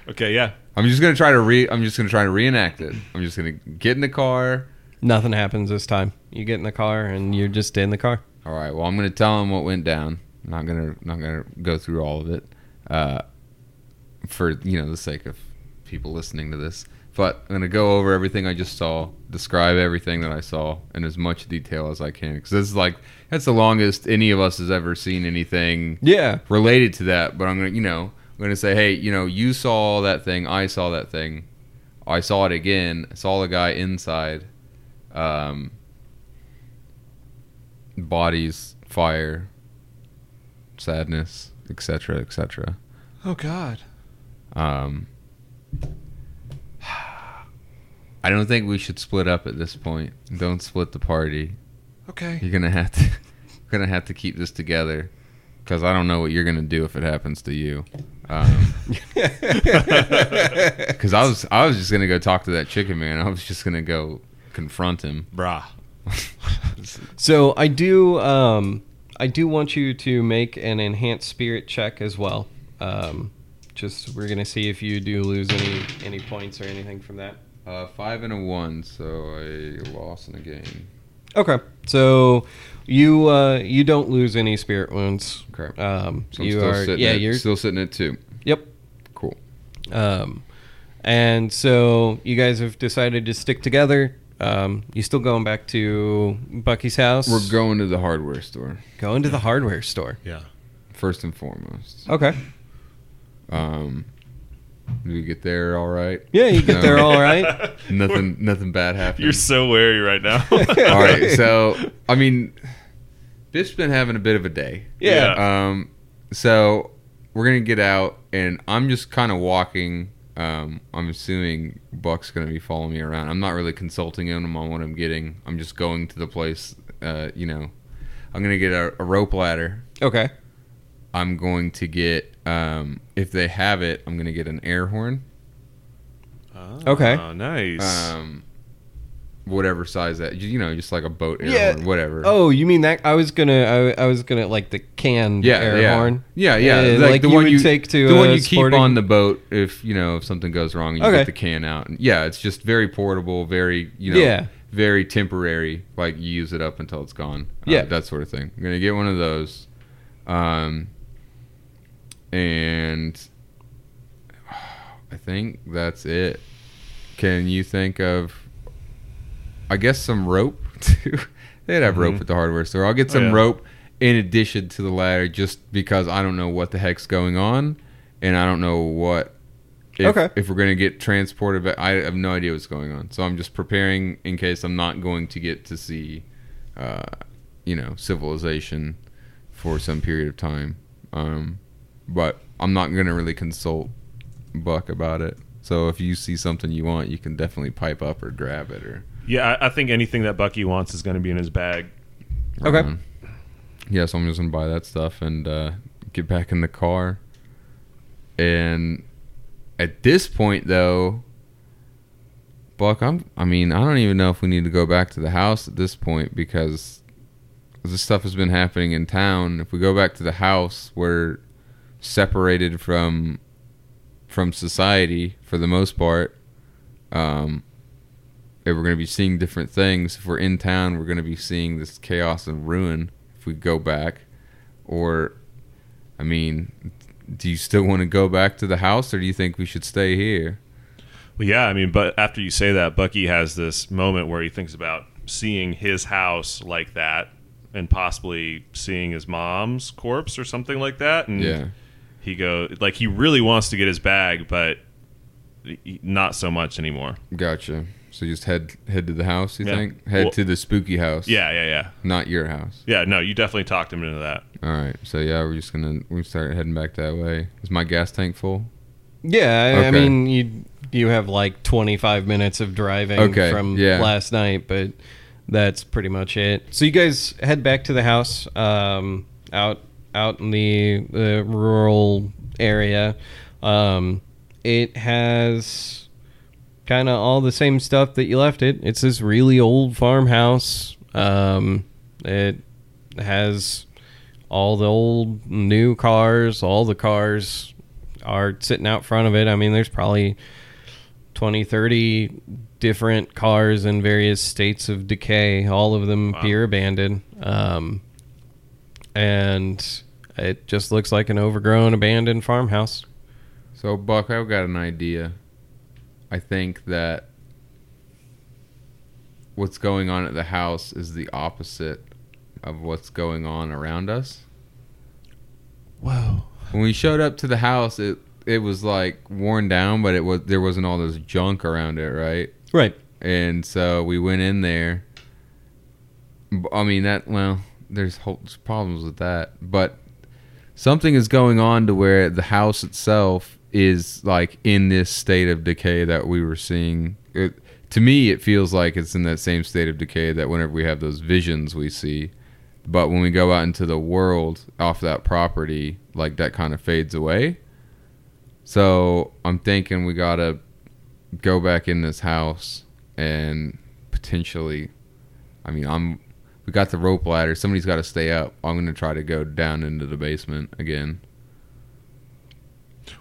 S1: Okay, yeah.
S3: I'm just gonna try to re. I'm just gonna try to reenact it. I'm just gonna get in the car.
S2: Nothing happens this time. You get in the car and you're just in the car.
S3: All right. Well, I'm gonna tell him what went down. I'm not gonna not gonna go through all of it, uh, for you know the sake of people listening to this. But I'm gonna go over everything I just saw, describe everything that I saw in as much detail as I can, because this is like that's the longest any of us has ever seen anything
S2: Yeah.
S3: related to that, but I'm gonna, you know, I'm gonna say, hey, you know, you saw that thing, I saw that thing, I saw it again, I saw the guy inside, um, bodies, fire, sadness, etc., etc.
S4: Oh God.
S3: Um, I don't think we should split up at this point. Don't split the party.
S4: Okay.
S3: You're gonna have to, gonna have to keep this together, because I don't know what you're gonna do if it happens to you. Because I was, I was just gonna go talk to that chicken man. I was just gonna go confront him.
S1: Brah.
S2: So I do, um, I do want you to make an enhanced spirit check as well. Um, just we're gonna see if you do lose any any points or anything from that.
S3: Uh, five and a one, so I lost in a game.
S2: Okay, so you uh, you don't lose any spirit wounds.
S3: Okay.
S2: Um,
S3: So I'm
S2: you
S3: still
S2: are
S3: sitting
S2: yeah
S3: at,
S2: you're
S3: still sitting at two.
S2: yep.
S3: Cool.
S2: Um, and so you guys have decided to stick together. Um, you still going back to Bucky's house?
S3: We're going to the hardware store
S2: going to the hardware store.
S1: Yeah.
S3: first and foremost.
S2: Okay.
S3: Um, do we get there all right?
S2: Yeah, you get
S3: No,
S2: there all right.
S3: Nothing, nothing bad happened.
S1: You're so wary right now.
S3: All right, so I mean, Biff's been having a bit of a day.
S1: Yeah.
S3: Um, so we're gonna get out, and I'm just kind of walking. Um, I'm assuming Buck's gonna be following me around. I'm not really consulting him on what I'm getting. I'm just going to the place. Uh, you know, I'm gonna get a, a rope ladder.
S2: Okay.
S3: I'm going to get. Um, if they have it, I'm gonna get an air horn.
S2: Okay.
S1: Oh, nice.
S3: Um, whatever size that you know, just like a boat air
S2: Yeah.
S3: horn, whatever.
S2: Oh, you mean that? I was gonna, I, I was gonna like the canned
S3: yeah,
S2: air
S3: yeah.
S2: horn.
S3: Yeah, yeah,
S2: Uh, like, you would take to
S3: the
S2: a
S3: one you keep
S2: sporting-
S3: on the boat if you know if something goes wrong, you
S2: Okay.
S3: get the can out. And yeah, it's just very portable, very you know,
S2: Yeah.
S3: very temporary. Like you use it up until it's gone. uh,
S2: Yeah.
S3: that sort of thing. I'm gonna get one of those, um, and I think that's it. Can you think of? I guess some rope too. They'd have rope at the hardware store. I'll get some
S1: yeah.
S3: rope in addition to the ladder, just because I don't know what the heck's going on, and I don't know what. If,
S2: Okay.
S3: If we're gonna get transported, but I have no idea what's going on, so I'm just preparing in case I'm not going to get to see, uh, you know, civilization for some period of time. Um, but I'm not gonna really consult Buck about it. So if you see something you want, you can definitely pipe up or grab it or
S1: Yeah, I, I think anything that Bucky wants is going to be in his bag.
S2: Okay.
S3: Um, yeah, so I'm just gonna buy that stuff and uh, get back in the car. And at this point, though, Buck, I'm. I mean, I don't even know if we need to go back to the house at this point because this stuff has been happening in town. If we go back to the house, we're separated from from society for the most part. Um, and we're going to be seeing different things. If we're in town, we're going to be seeing this chaos and ruin if we go back. Or, I mean, do you still want to go back to the house or do you think we should stay here?
S1: Well, yeah, I mean, but after you say that, Bucky has this moment where he thinks about seeing his house like that and possibly seeing his mom's corpse or something like that. And
S3: Yeah.
S1: he go like he really wants to get his bag, but he- not so much anymore.
S3: Gotcha. So just head head to the house, you
S1: Yeah.
S3: think? Head
S1: Well-
S3: to the spooky house.
S1: Yeah, yeah, yeah,
S3: Not your house.
S1: yeah. No, you definitely talked him into that.
S3: All right. So yeah, we're just going to we start heading back that way. Is my gas tank full?
S2: Yeah, I, I
S3: Okay.
S2: mean you you have like 25 minutes of driving
S3: Okay,
S2: from
S3: yeah.
S2: last night, but that's pretty much it. So you guys head back to the house um, out out in the the rural area. Um, it has kind of all the same stuff that you left it. It's this really old farmhouse. Um, it has all the old new cars. All the cars are sitting out front of it. I mean, there's probably 20, 30 different cars in various states of decay, all of them
S1: Wow.
S2: beer abandoned. Um, and it just looks like an overgrown, abandoned farmhouse.
S3: So Buck, I've got an idea. I think that what's going on at the house is the opposite of what's going on around us.
S4: Whoa.
S3: When we showed up to the house, it it was like worn down, but it was there wasn't all this junk around it, right?
S2: Right.
S3: And so we went in there. B- I mean that well, there's whole there's problems with that, but something is going on to where the house itself is like in this state of decay that we were seeing. It, to me, it feels like it's in that same state of decay that whenever we have those visions we see, but when we go out into the world off that property, like that kind of fades away. So I'm thinking we gotta go back in this house and potentially I mean I'm we got the rope ladder. Somebody's gotta stay up. I'm gonna try to go down into the basement again.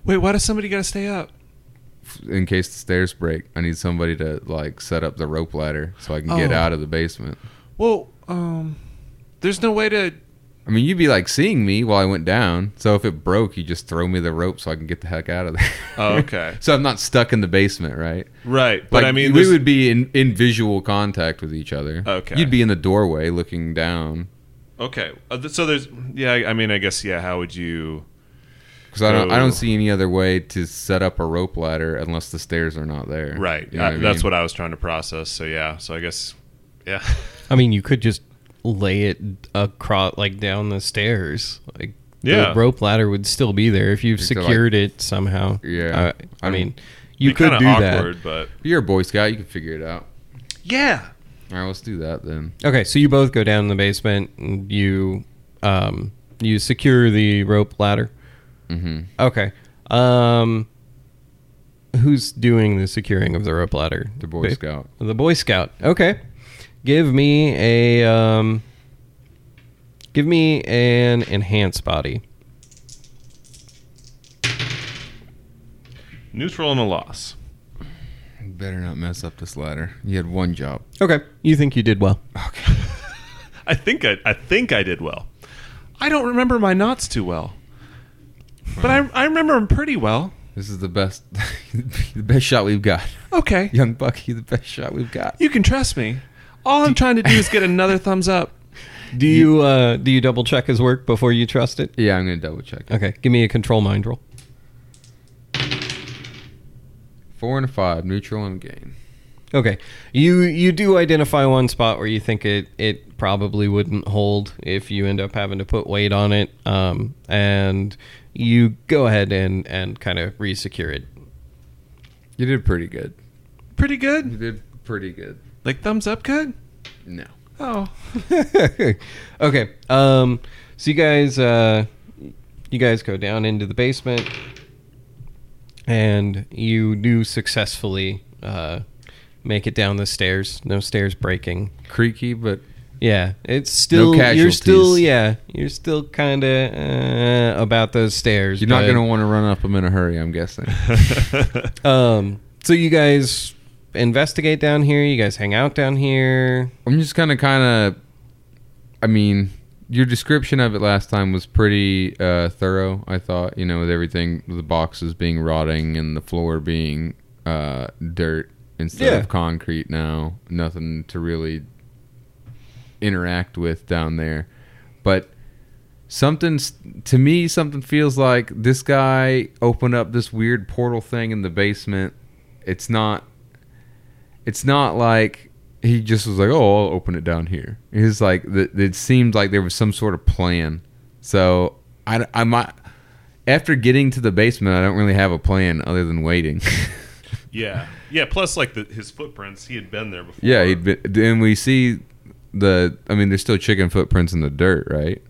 S4: Wait, why does somebody got to stay up?
S3: In case the stairs break, I need somebody to like set up the rope ladder so I can get
S4: Oh.
S3: out of the basement.
S4: Well, um, there's no way to.
S3: I mean, you'd be like seeing me while I went down. So if it broke, you just throw me the rope so I can get the heck out of there.
S1: Oh, okay.
S3: so I'm not stuck in the basement, right?
S1: Right, but
S3: Like,
S1: I mean,
S3: we
S1: this-
S3: would be in, in visual contact with each other.
S1: Okay.
S3: You'd be in the doorway looking down.
S1: okay. Uh, th- so there's yeah. I- I mean, I guess yeah. How would you?
S3: Because I don't, I don't
S1: So-
S3: see any other way to set up a rope ladder unless the stairs are not there.
S1: Right.
S3: You know
S1: I-
S3: what I
S1: That's
S3: mean?
S1: what I was trying to process. So yeah. So I guess yeah.
S2: I mean, you could just lay it across, like down the stairs. Like
S1: Yeah.
S2: the rope ladder would still be there if you've
S3: You could, like-
S2: secured it somehow.
S3: Yeah.
S2: Uh, I,
S3: I'm-
S2: mean, you
S1: Be
S2: could
S1: kinda
S2: do
S1: awkward, But
S3: You're a Boy Scout. You can figure it out.
S4: Yeah.
S3: All right, let's do that then.
S2: that. Okay, so you both go down in the basement. And you um, you secure the rope ladder.
S3: Mm-hmm.
S2: Okay. Um, who's doing the securing of the rope ladder?
S3: The Boy
S2: Ba-
S3: Scout.
S2: The Boy Scout. Okay. Give me a um give me an enhanced body.
S1: neutral and a loss.
S3: Better not mess up this ladder. You had one job.
S2: Okay. You think you did well.
S3: Okay.
S1: I think I, I think I did well.
S4: I don't remember my knots too well, but I, I remember them pretty well.
S3: This is the best, the best shot we've got.
S4: Okay.
S3: Young Bucky, the best shot we've got.
S4: You can trust me. All I'm trying to do is get another thumbs up.
S2: Do you uh do you double check his work before you trust it?
S3: Yeah, I'm gonna double check.
S2: Okay. Give me a control mind roll.
S3: Four and a five, neutral and gain.
S2: Okay. You you do identify one spot where you think it it probably wouldn't hold if you end up having to put weight on it. Um and you go ahead and and kind of resecure it.
S3: You did pretty good.
S4: Pretty good.
S3: You did pretty good.
S4: Like thumbs up good?
S3: No.
S4: Oh.
S2: okay. Um, so you guys, uh, you guys go down into the basement, and you do successfully uh, make it down the stairs. No stairs breaking.
S3: Creaky, but
S2: Yeah, it's still you're
S3: casualties.
S2: still yeah you're still kind of uh, about those stairs.
S3: you're not
S2: but-
S3: going to want to run up them in a hurry, I'm guessing.
S2: Um, so you guys investigate down here. You guys hang out down here.
S3: I'm just gonna kind of. I mean, your description of it last time was pretty uh, thorough. I thought, you know, with everything, the boxes being rotting and the floor being uh, dirt instead
S2: Yeah.
S3: of concrete. Now, nothing to really interact with down there, but. Something s- to me, something feels like this guy opened up this weird portal thing in the basement. It's not, it's not like he just was like, "Oh, I'll open it down here." He's like, th- it seemed like there was some sort of plan. So I, I might, after getting to the basement, I don't really have a plan other than waiting.
S1: yeah, yeah. Plus, like the, his footprints, he had been there before.
S3: yeah, he'd been, and we see the. I mean, there's still chicken footprints in the dirt, right?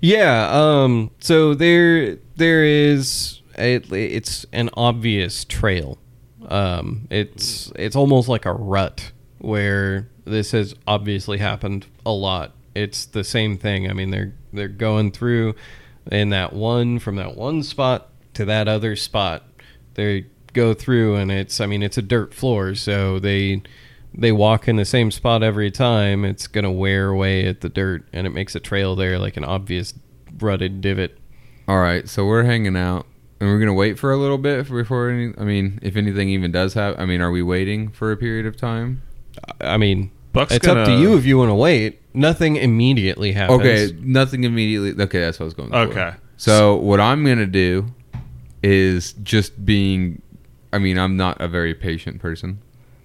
S2: Yeah. Um. So there, there is. It, it's an obvious trail. Um. It's it's almost like a rut where this has obviously happened a lot. It's the same thing. I mean, they're they're going through in that one from that one spot to that other spot. They go through and it's I mean it's a dirt floor, so they they walk in the same spot every time, it's gonna wear away at the dirt, and it makes a trail there like an obvious rutted divot.
S3: All right, so we're hanging out, and we're gonna wait for a little bit before any. I mean, if anything even does happen, I mean, are we waiting for a period of time?
S2: I mean,
S1: Buck's
S2: it's up to
S1: gonna-
S2: you if you want to wait. Nothing immediately happens.
S3: Okay, nothing immediately. Okay, that's what I was going. For.
S1: Okay.
S3: So what I'm gonna do is just being. I mean, I'm not a very patient person,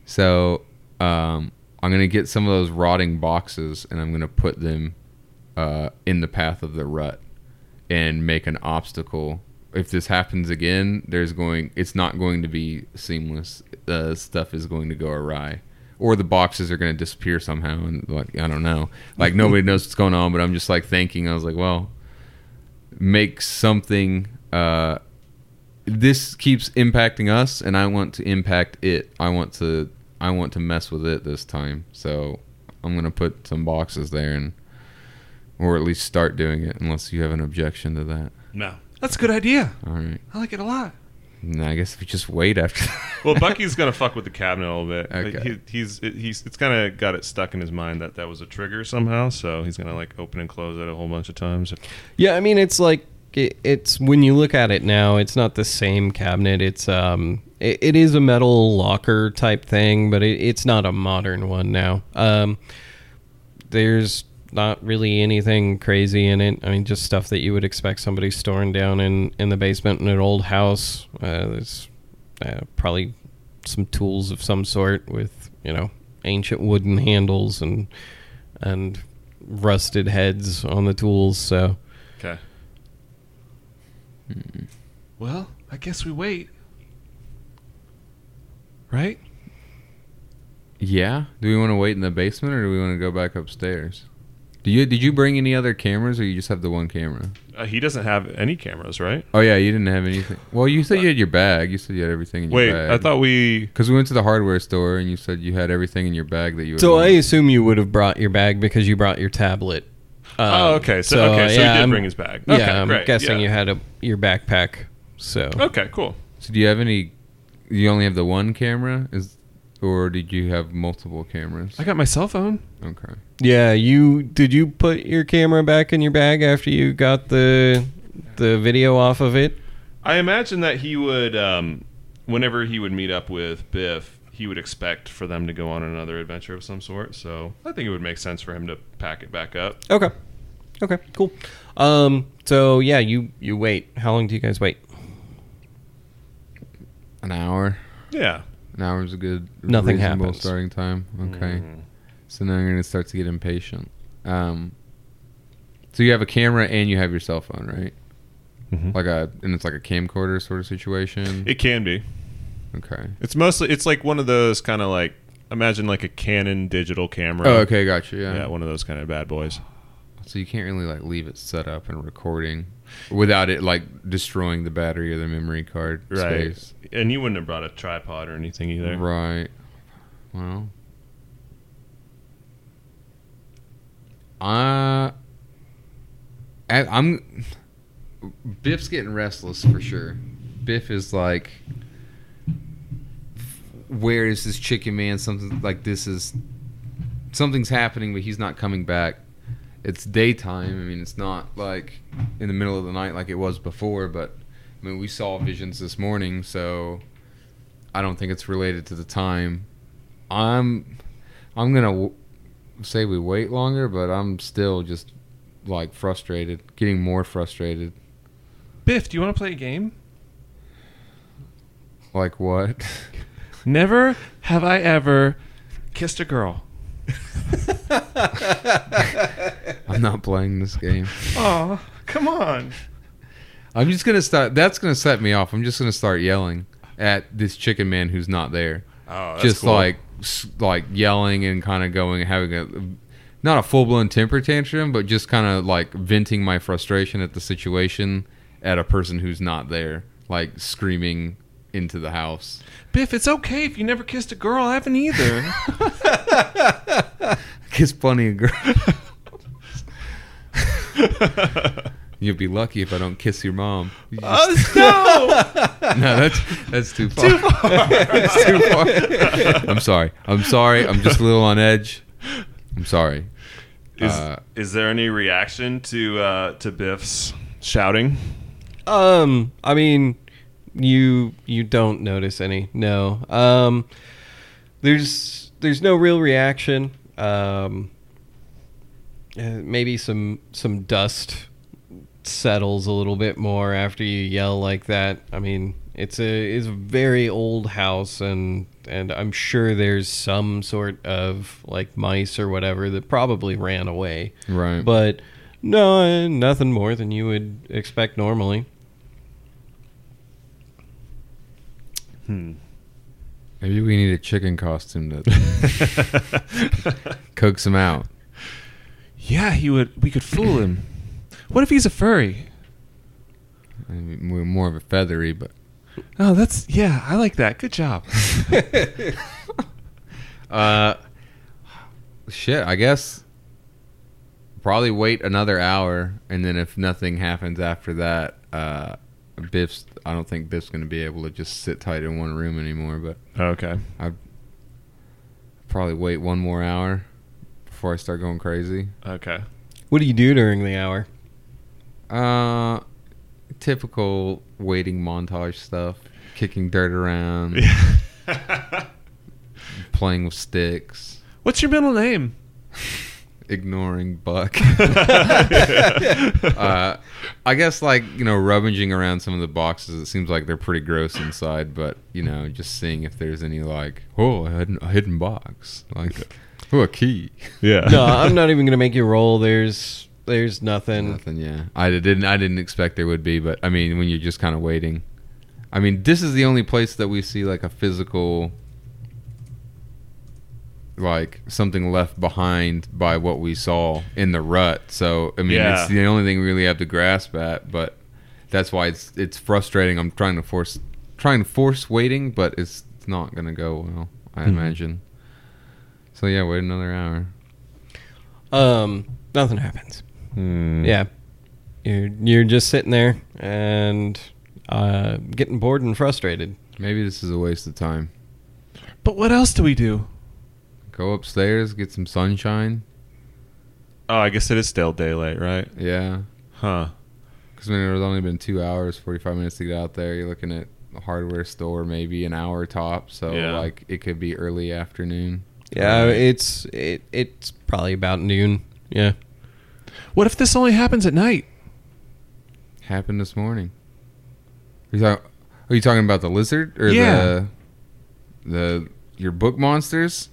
S3: so um, I'm gonna get some of those rotting boxes and I'm gonna put them uh, in the path of the rut and make an obstacle. If this happens again, there's going. It's not going to be seamless. The stuff is going to go awry. Or the boxes are going to disappear somehow, and like I don't know, like nobody knows what's going on. But I'm just like thinking, I was like, well, make something uh this keeps impacting us and i want to impact it i want to i want to mess with it this time so i'm gonna put some boxes there and or at least start doing it unless you have an objection to that
S1: No.
S4: That's a good idea.
S3: all right
S4: I like it a lot.
S3: and i guess if we just wait after that.
S1: Well, Bucky's gonna fuck with the cabinet a little bit. Like,
S3: Okay.
S1: he, he's it, he's it's kind of got it stuck in his mind that that was a trigger somehow. So he's gonna like open and close it a whole bunch of times.
S2: Yeah, I mean, it's like it, it's when you look at it now, it's not the same cabinet. It's um, it, it is a metal locker type thing, but it, it's not a modern one now. Um, there's not really anything crazy in it. I mean, just stuff that you would expect somebody storing down in in the basement in an old house. Uh, there's uh, probably some tools of some sort with you know ancient wooden handles and and rusted heads on the tools. So.
S1: Okay.
S4: Well, I guess we wait. Right?
S3: yeah do we want to wait in the basement or do we want to go back upstairs do you did you bring any other cameras or you just have the one camera
S1: Uh, he doesn't have any cameras, right?
S3: oh yeah you didn't have anything well you said you had your bag you said you had everything in your
S1: Wait,
S3: bag.
S1: I thought we.
S3: Because we went to the hardware store and you said you had everything in your bag that you. would
S2: So I
S3: want.
S2: assume you would have brought your bag because you brought your tablet. Um,
S1: oh, okay. So, okay, so he did
S2: I'm-
S1: bring his bag. Okay,
S2: yeah, I'm
S1: great,
S2: guessing
S1: yeah. Oh.
S2: you had a your backpack. So
S1: Okay, cool.
S3: So do you have any? You only have the one camera, is or did you have multiple cameras?
S4: I got my cell phone.
S3: Okay.
S2: yeah, you did you put your camera back in your bag after you got the the video off of it?
S1: I imagine that he would, um, whenever he would meet up with Biff, he would expect for them to go on another adventure of some sort. So I think it would make sense for him to pack it back up.
S2: Okay, okay, cool. Um, so yeah, you you wait. How long do you guys wait?
S3: An hour.
S1: Yeah.
S3: An hour is a good
S2: Nothing
S3: reasonable
S2: happens.
S3: starting time. Okay.
S1: Mm-hmm.
S3: So now I'm gonna start to get impatient. Um. So you have a camera and you have your cell phone, right?
S1: Mhm.
S3: Like a and it's like a camcorder sort of situation.
S1: It can be.
S3: okay.
S1: It's mostly it's like one of those kind of like imagine like a Canon digital camera.
S3: Oh, okay, gotcha. Yeah.
S1: Yeah, one of those kind of bad boys.
S3: So you can't really like leave it set up and recording without it like destroying the battery or the memory card
S1: Right.
S3: space.
S1: And you wouldn't have brought a tripod or anything either.
S3: Right. Well. Uh, I, I'm. Biff's getting restless for sure. Biff is like, where is this chicken man? Something like this is, something's happening, but he's not coming back. It's daytime. I mean, it's not like in the middle of the night like it was before. But I mean, we saw visions this morning, so I don't think it's related to the time. I'm I'm gonna w- say we wait longer, but I'm still just like frustrated, getting more frustrated.
S4: Biff, do you want to play a game?
S3: Like what?
S4: Never have I ever kissed a girl.
S3: I'm not playing this game.
S4: Oh, come on.
S3: I'm just gonna start. That's gonna set me off. I'm just gonna start yelling at this chicken man who's not there.
S1: Oh, that's
S3: just
S1: cool.
S3: like s- like yelling and kind of going having a not a full blown temper tantrum, but just kind of like venting my frustration at the situation at a person who's not there, like screaming into the house.
S4: Biff, it's okay if you never kissed a girl. I haven't either.
S3: Kiss plenty of girls. You'll be lucky if I don't kiss your mom. You just-
S1: Oh,
S4: no!
S3: no, that's that's too far. that's too far. I'm sorry. I'm sorry. I'm just a little on edge. I'm sorry.
S1: Is
S3: Uh,
S1: is there any reaction to uh, to Biff's shouting?
S2: Um, I mean, you you don't notice any. No. Um, there's there's no real reaction. Um, uh, maybe some some dust settles a little bit more after you yell like that. I mean, it's a it's a very old house and and I'm sure there's some sort of like mice or whatever that probably ran away.
S3: Right.
S2: But no, eh, nothing more than you would expect normally.
S3: Maybe we need a chicken costume to coax him out.
S4: yeah, he would. We could fool him. What if he's a furry?
S3: I mean, we're more of a feathery, but
S4: Oh, that's yeah. I like that. Good job.
S3: uh, shit. I guess probably wait another hour, and then if nothing happens after that, uh, Biff's. I don't think Biff's gonna be able to just sit tight in one room anymore. But
S1: Okay.
S3: probably wait one more hour before I start going crazy.
S1: Okay.
S2: What do you do during the hour?
S3: Uh, typical waiting montage stuff. Kicking dirt around, playing with sticks,
S4: What's your middle name?
S3: ignoring Buck. uh, I guess like you know, rummaging around some of the boxes. It seems like they're pretty gross inside, but you know, just seeing if there's any like, oh, a hidden, a hidden box, like, oh, a key.
S1: yeah.
S2: No, I'm not even gonna make you roll. There's there's nothing.
S3: Nothing. Yeah, I didn't. I didn't expect there would be, but I mean, when you're just kind of waiting, I mean, this is the only place that we see like a physical, like something left behind by what we saw in the rut. So I mean,
S1: Yeah.
S3: it's the only thing we really have to grasp at. But that's why it's it's frustrating. I'm trying to force trying to force waiting, but it's not gonna go well. I imagine. So yeah, wait another hour.
S2: Um, nothing happens.
S1: Hmm.
S2: Yeah, you're you're just sitting there and uh, getting bored and frustrated.
S3: Maybe this is a waste of time.
S4: But what else do we do?
S3: Go upstairs, get some sunshine.
S1: Oh, I guess it is still daylight, right?
S3: Yeah.
S1: Huh.
S3: Because I mean, it's only been two hours, 45 minutes to get out there. You're looking at a hardware store, maybe an hour top. So,
S1: Yeah.
S3: like, it could be early afternoon.
S2: Yeah, Uh, it's it it's probably about noon. Yeah.
S4: What if this only happens at night?
S3: Happened this morning. Are you, talk- are you talking about the lizard? Or
S4: Yeah.
S3: the, the your book monsters?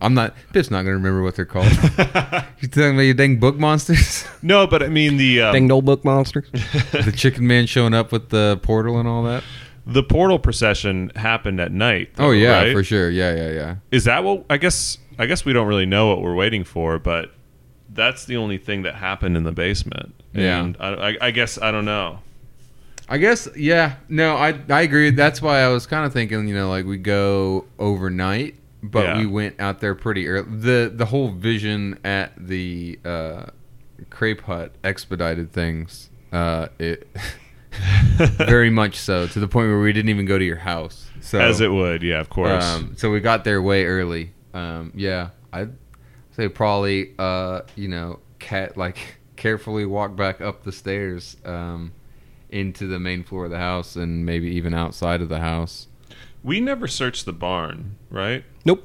S3: I'm not, Biff's not going to remember what they're called. you talking about your dang book monsters?
S1: No,
S2: uh,
S1: but I mean the um,
S2: Dang old book monster.
S3: the chicken man showing up with the portal and all that?
S1: the portal procession happened at night.
S3: Oh yeah,
S1: right?
S3: for sure. Yeah, yeah, yeah.
S1: Is that what? I guess. I guess we don't really know what we're waiting for, but that's the only thing that happened in the basement.
S3: Yeah.
S1: And I, I, I guess I don't know.
S3: I guess yeah. No, I I agree. That's why I was kind of thinking, you know, like we go overnight, but
S1: Yeah.
S3: we went out there pretty early. The the whole vision at the uh crepe hut expedited things. Uh it very much so to the point where we didn't even go to your house. So
S1: As it would, yeah, of course.
S3: um, so we got there way early. Um, yeah, I'd say probably, uh, you know, cat like carefully walk back up the stairs um, into the main floor of the house and maybe even outside of the house.
S1: we never searched the barn, right?
S2: Nope.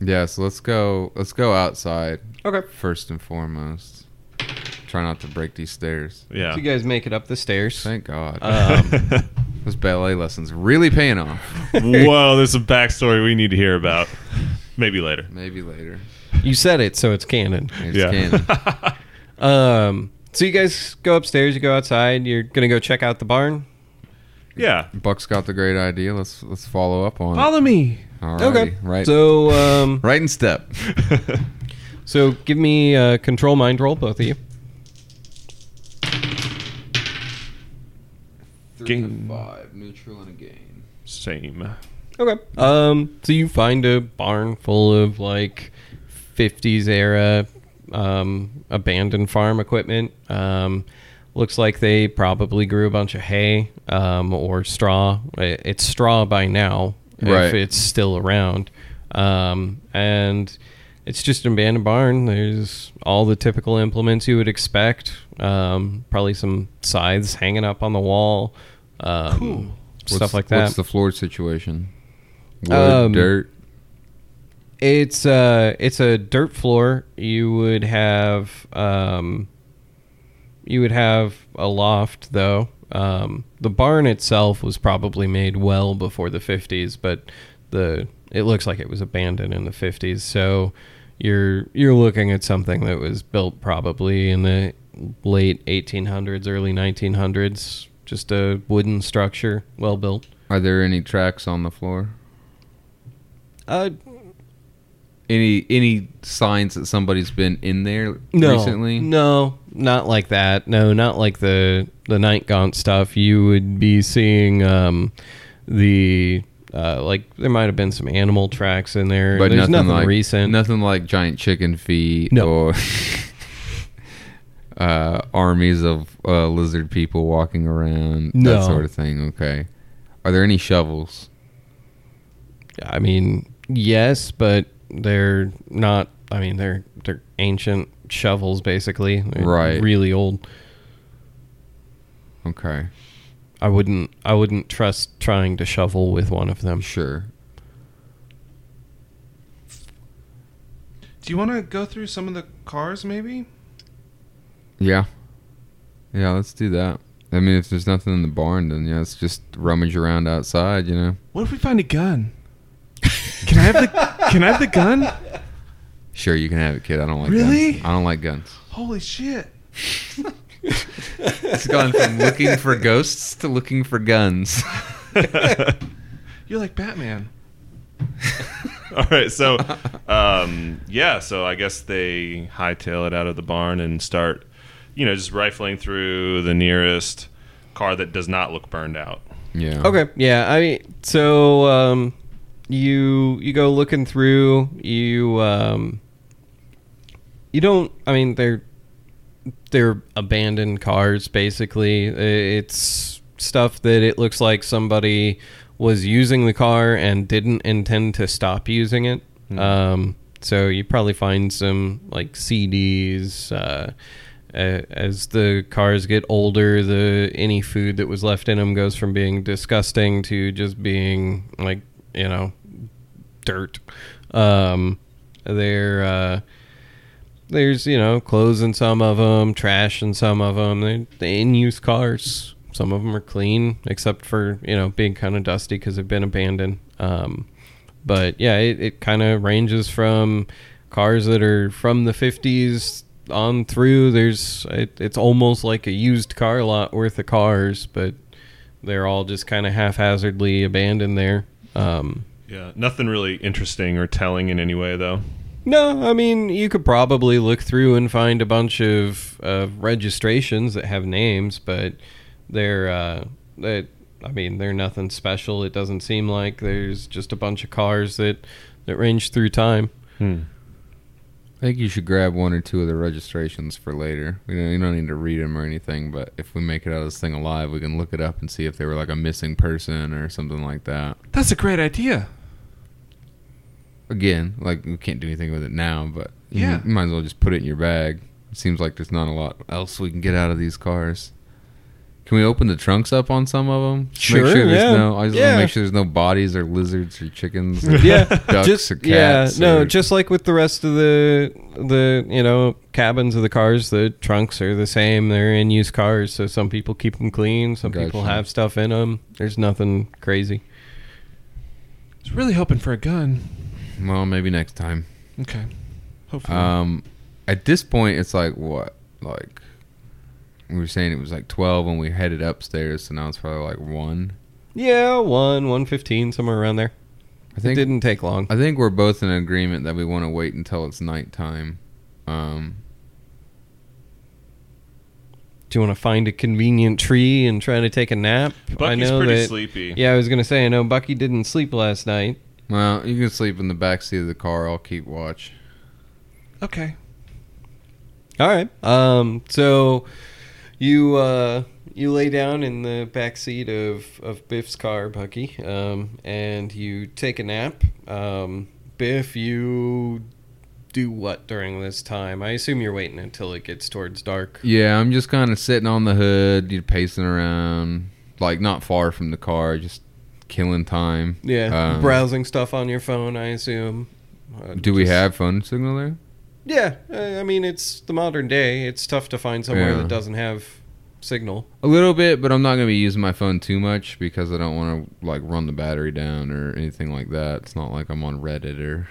S3: Yeah, so let's go. Let's go outside
S2: Okay.
S3: first and foremost. Try not to break these stairs.
S1: Yeah.
S2: So you guys make it up the stairs.
S3: Thank God.
S4: Uh,
S2: Um,
S3: Those ballet lessons really paying off.
S1: Whoa, there's a backstory we need to hear about. Maybe later.
S3: Maybe later.
S2: you said it, so it's canon.
S3: It's
S1: yeah.
S3: canon.
S2: Um, so you guys go upstairs. You go outside. You're gonna go check out the barn.
S1: yeah.
S3: Buck's got the great idea. Let's let's follow up on
S4: Follow me.
S3: it. Alrighty, Right.
S2: So um,
S3: right in step.
S2: so give me a control mind roll, both of you.
S1: Three Game. to
S3: five, neutral and a game.
S1: Same.
S2: Okay. Um, so you find a barn full of like 50s era um, abandoned farm equipment. Um, looks like they probably grew a bunch of hay um, or straw. I- It's straw by now if
S3: Right.
S2: it's still around. Um, and it's just an abandoned barn. There's all the typical implements you would expect. Um, probably some scythes hanging up on the wall. Um, Stuff like that.
S3: What's the floor situation? Wood,
S2: Um,
S3: dirt.
S2: It's uh it's a dirt floor. You would have um you would have a loft though. Um the barn itself was probably made well before the 50s, but the it looks like it was abandoned in the 50s. So you're you're looking at something that was built probably in the late 1800s, early 1900s, just a wooden structure, well built.
S3: Are there any tracks on the floor?
S2: Uh
S3: Any any signs that somebody's been in there
S2: no,
S3: recently?
S2: No, not like that. No, not like the the night gaunt stuff. You would be seeing um, the uh, like there might have been some animal tracks in there.
S3: But
S2: There's
S3: nothing,
S2: nothing,
S3: like
S2: recent.
S3: Nothing like giant chicken feet
S2: No.
S3: or uh, armies of uh, lizard people walking around.
S2: No.
S3: That sort of thing. Okay. Are there any shovels?
S2: I mean, yes, but they're not. I mean, they're they're ancient shovels basically. They're
S3: Right.
S2: Really old.
S3: Okay.
S2: I wouldn't. I wouldn't trust trying to shovel with one of them.
S3: Sure.
S4: Do you want to go through some of the cars, maybe?
S3: Yeah. Yeah, let's do that. I mean, if there's nothing in the barn, then yeah, let's just rummage around outside, you know?
S4: What if we find a gun? Can I have the Can I have the gun?
S3: Sure, you can have it, kid. I don't like
S4: Really?
S3: guns. I don't like guns.
S4: Holy shit!
S3: It's gone from looking for ghosts to looking for guns.
S4: You're like Batman.
S1: All right, so um, yeah, so I guess they hightail it out of the barn and start, you know, just rifling through the nearest car that does not look burned out.
S3: yeah.
S2: Okay. Yeah. I mean, so um, you you go looking through. You um, you don't. I mean, they're they're abandoned cars basically. I- It's stuff that it looks like somebody was using the car and didn't intend to stop using it. Um, so you probably find some like CDs. Uh, a- as the cars get older, the any food that was left in them goes from being disgusting to just being like you know dirt. Um, they're uh, there's you know clothes in some of them, trash in some of them. They're, they in use cars. Some of them are clean, except for you know being kind of dusty because they've been abandoned. Um, but yeah, it, it kind of ranges from cars that are from the 50s on through. There's it, it's almost like a used car lot worth of cars, but They're all just kind of haphazardly abandoned there. Um,
S1: Yeah, nothing really interesting or telling in any way, though.
S2: no, I mean you could probably look through and find a bunch of of registrations that have names, but they're uh, that I mean they're nothing special. It doesn't seem like there's just a bunch of cars that that range through time.
S1: Hmm.
S3: I think you should grab one or two of the registrations for later. We don't, you don't need to read them or anything, but if we make it out of this thing alive, we can look it up and see if they were like a missing person or something like that.
S4: That's a great idea.
S3: Again, like we can't do anything with it now, but you
S4: Yeah.
S3: might- you might as well just put it in your bag. It seems like there's not a lot else we can get out of these cars. Can we open the trunks up on some of them?
S2: Sure,
S3: Make sure there's
S2: yeah.
S3: no. I just
S2: Yeah.
S3: want to make sure there's no bodies or lizards or chickens. Or
S2: yeah,
S3: ducks
S2: just
S3: or cats
S2: yeah, no,
S3: or-
S2: just like with the rest of the the you know cabins of the cars, the trunks are the same. They're in used cars, so some people keep them clean. Some people
S3: Gotcha.
S2: have stuff in them. There's nothing crazy.
S4: I was really hoping for a gun.
S3: Well, maybe next time.
S4: Okay. Hopefully.
S3: Um, at this point, it's like what? Like we were saying, it was like twelve when we headed upstairs, so now it's probably like one.
S2: Yeah, one one fifteen somewhere around there.
S3: I
S2: It
S3: think.
S2: didn't take long.
S3: I think we're both in agreement that we want to wait until it's nighttime. Um,
S2: Do you want to find a convenient tree and try to take a nap?
S1: Bucky's
S2: I know
S1: pretty
S2: that.
S1: sleepy.
S2: Yeah, I was gonna say I know Bucky didn't sleep last night.
S3: well, you can sleep in the back seat of the car. I'll keep watch.
S4: okay.
S2: All right. Um, so you uh, you lay down in the back seat of, of Biff's car, Bucky, um, and you take a nap. Um, Biff, you do what during this time? I assume you're waiting until it gets towards dark.
S3: Yeah, I'm just kind of sitting on the hood, you pacing around, like not far from the car, just killing time.
S2: Yeah,
S3: Um,
S2: browsing stuff on your phone. I assume. Uh,
S3: Do we
S2: just-
S3: have phone signal there?
S2: Yeah, I I mean it's the modern day. It's tough to find somewhere
S3: Yeah.
S2: that doesn't have signal.
S3: A little bit, but I'm not gonna be using my phone too much because I don't want to like run the battery down or anything like that. It's not like I'm on Reddit or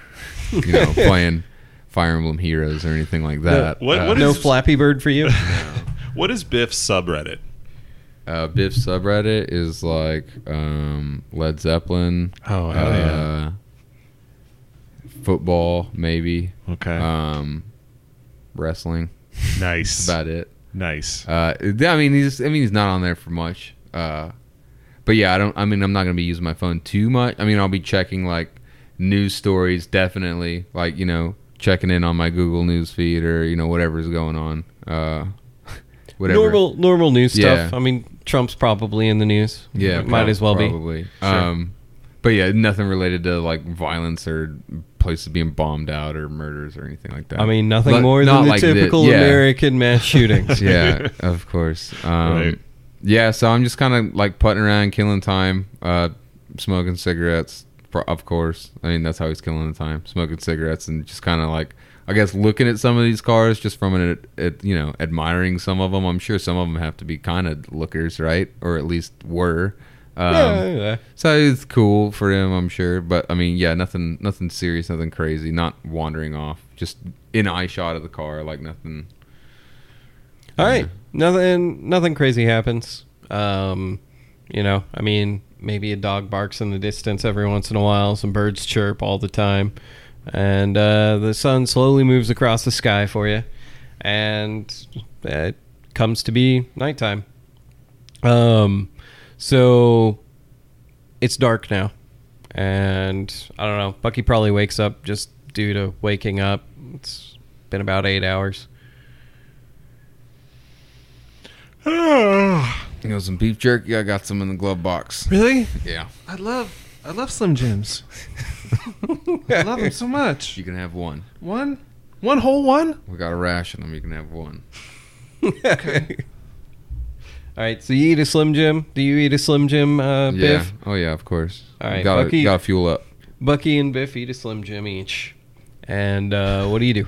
S3: you know playing Fire Emblem Heroes or anything like that.
S1: What-
S3: uh,
S1: what
S2: No
S1: is-
S2: Flappy Bird for you.
S1: What is Biff's subreddit?
S3: uh, Biff's subreddit is like um, Led Zeppelin,
S1: Oh,
S3: uh, football, maybe
S1: Okay.
S2: Uh,
S3: um, wrestling. That's
S1: nice.
S3: about it.
S1: Nice.
S3: Uh, I mean, he's I mean he's not on there for much. Uh, but yeah, I don't. I mean, I'm not gonna be using my phone too much. I mean, I'll be checking like news stories, definitely. Like you know, checking in on my Google News feed or you know whatever's going on. Uh, whatever.
S2: Normal normal news stuff.
S3: Yeah.
S2: I mean, Trump's probably in the news.
S3: Yeah,
S2: might as well be.
S3: probably. Um, but yeah, nothing related to like violence or places being bombed out or murders or anything like that.
S2: I mean, nothing
S3: But
S2: more
S3: not
S2: than the
S3: like thi-
S2: typical
S3: yeah.
S2: American mass shootings.
S3: yeah, of course. Um,
S1: Right.
S3: Yeah, so I'm just kind of like putting around, killing time, uh, smoking cigarettes, pro- of course. I mean, that's how he's killing the time, smoking cigarettes, and just kind of like, I guess, looking at some of these cars just from an, it, you know, admiring some of them. I'm sure some of them have to be kind of lookers, right? Or at least were. Um,
S2: Yeah, yeah.
S3: So it's cool for him, I'm sure. But I mean, yeah, nothing, nothing serious, nothing crazy. Not wandering off, just in eye shot of the car, like nothing.
S2: All right. Nothing nothing crazy happens. Um, you know, I mean, maybe a dog barks in the distance every once in a while, some birds chirp all the time. And uh, the sun slowly moves across the sky for you and it comes to be nighttime. Um, so it's dark now. And I don't know. Bucky probably wakes up just due to waking up. It's been about 8 hours.
S3: You know, some beef jerky. I got some in the glove box.
S4: Really?
S3: Yeah,
S4: I love I love Slim Jims. I love them so much.
S3: you can have one.
S4: One one whole one?
S3: We got a ration them. You can have one.
S2: All right, so you eat a Slim Jim. Do you eat a Slim Jim, uh,
S3: yeah.
S2: Biff?
S3: Oh yeah, of course.
S2: All right,
S3: Got
S2: Bucky.
S3: to got to fuel up.
S2: Bucky and Biff eat a Slim Jim each. And uh, what do you do?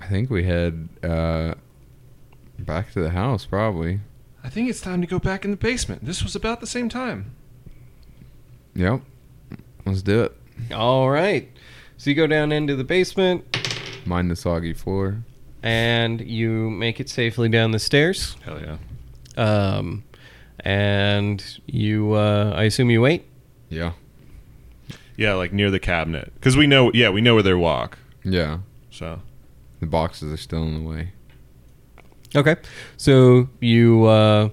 S3: I think we head uh, back to the house probably.
S4: I think it's time to go back in the basement. This was about the same time.
S3: Yep. Let's do it.
S2: All right, so you go down into the basement
S3: Mind the soggy floor.
S2: and you make it safely down the stairs.
S1: Hell yeah.
S2: Um, and you, uh, I assume you wait.
S3: Yeah.
S1: Yeah, like near the cabinet, because we know. Yeah, we know where they walk.
S3: Yeah.
S1: So
S3: The boxes are still in the way.
S2: Okay, so you uh,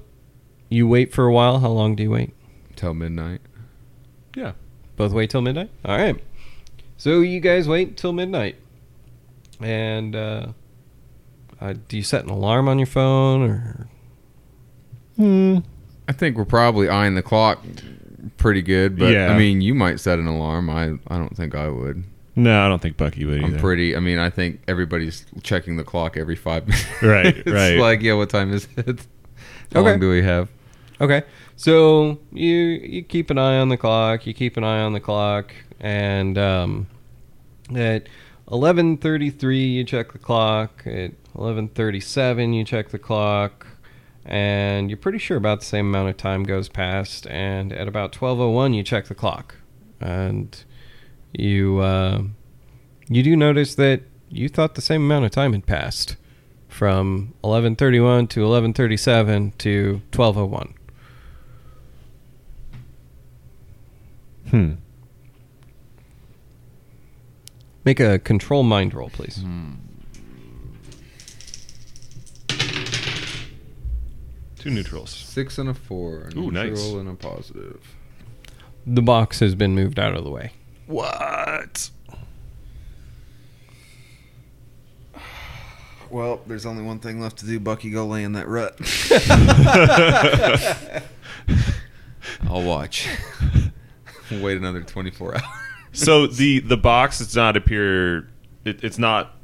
S2: you wait for a while. How long do you wait?
S3: Till midnight.
S1: yeah,
S2: Both wait till midnight. All right. So you guys wait till midnight, and uh, uh, do you set an alarm on your phone or? Hmm.
S3: I think we're probably eyeing the clock pretty good, but
S1: Yeah.
S3: I mean, you might set an alarm. I, I don't think I would.
S1: no, I don't think Bucky would either.
S3: I'm pretty. I mean, I think everybody's checking the clock every five minutes.
S1: Right,
S3: it's
S1: right.
S3: Like, yeah, what time is it? How
S2: Okay.
S3: long do we have?
S2: Okay. So you you keep an eye on the clock. You keep an eye on the clock, and um, at eleven thirty three you check the clock. At eleven thirty seven you check the clock, and you're pretty sure about the same amount of time goes past. And at about twelve oh one you check the clock, and you uh, you do notice that you thought the same amount of time had passed from 11:31 to 11:37 to 12:01.
S1: Hmm.
S2: Make a control mind roll, please.
S1: Two neutrals.
S3: Six and a four. a
S1: Ooh, nice.
S3: neutral And a positive.
S2: The box has been moved out of the way.
S1: What?
S5: Well, there's only one thing left to do, Bucky. Go lay in that rut.
S3: I'll watch. Wait another 24 hours.
S1: So the the box does not appear. It, it's not.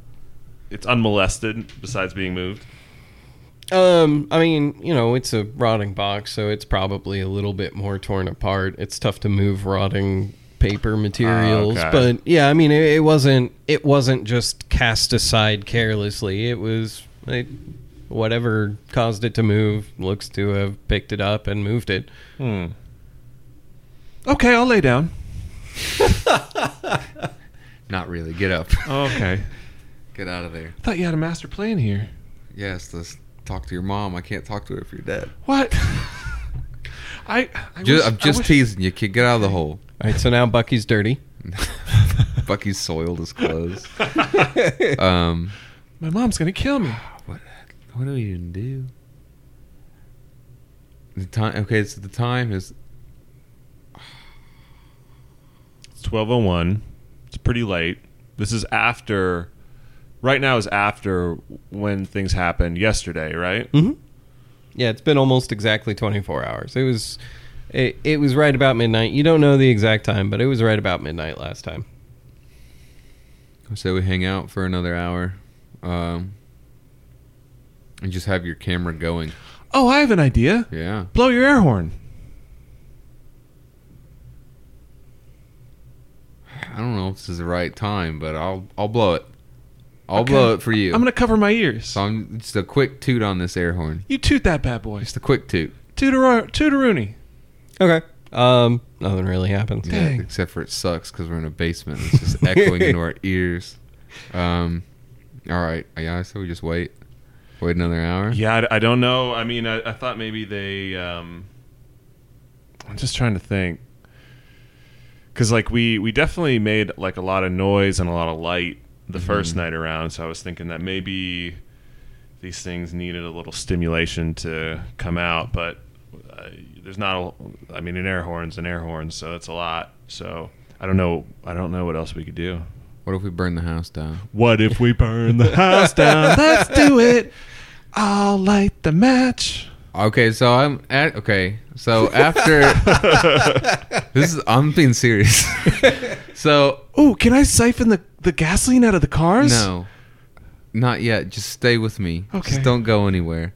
S1: It's unmolested besides being moved.
S2: Um, I mean, you know, it's a rotting box, so it's probably a little bit more torn apart. It's tough to move rotting paper materials,
S1: Okay.
S2: but yeah, I mean, it, it wasn't it wasn't just cast aside carelessly. It was it, whatever caused it to move looks to have picked it up and moved it.
S1: Hmm.
S4: Okay, I'll lay down.
S3: Not really. Get up.
S1: Oh. Okay.
S3: Get out of there.
S4: I thought you had a master plan here.
S3: Yes, let's talk to your mom. I can't talk to her if you're dead.
S4: What? I, I
S3: Ju-
S4: wish-
S3: I'm
S4: I
S3: just
S4: wish-
S3: teasing you, kid. Get out of the hole.
S2: All right, so now Bucky's dirty.
S3: Bucky's soiled his clothes. um,
S4: My mom's gonna kill me.
S3: what? What do we even do? The time. Okay, so the time is
S1: It's twelve oh one. It's pretty late. This is after. Right now is after when things happened yesterday, right?
S2: Mm-hmm. Yeah, it's been almost exactly 24 hours. It was it, it was right about midnight. You don't know the exact time, but it was right about midnight last time.
S3: So we hang out for another hour, um, and just have your camera going.
S4: Oh, I have an idea.
S3: Yeah.
S4: Blow your air horn.
S3: I don't know if this is the right time, but I'll I'll blow it. I'll blow it for you.
S4: I'm gonna cover my ears.
S3: So I'm just a quick toot on this air horn.
S4: You toot that bad boy.
S3: Just a quick toot.
S4: Tooter Tooteroony.
S2: Okay. Um nothing really happens.
S4: Dang.
S3: Except for it sucks because we're in a basement. It's just echoing into our ears. Um, all right. Oh, Yeah. So we just wait. Wait another hour.
S1: Yeah, I, I don't know. I mean, I, I thought maybe they. Um, I'm just trying to think, because like we we definitely made like a lot of noise and a lot of light the first night around. So I was thinking that maybe these things needed a little stimulation to come out, but uh, there's not. A, I mean, an air horn's an air horn, so it's a lot. So I don't know. I don't know what else we could do.
S3: What if we burn the house down?
S1: What if we burn the house down?
S4: Let's do it. I'll light the match.
S3: Okay. So I'm at. Okay. So after this is. I'm being serious. so
S4: Oh, can I siphon the, the gasoline out of the cars?
S3: No, not yet. Just stay with me. Just
S4: Okay.
S3: don't go anywhere.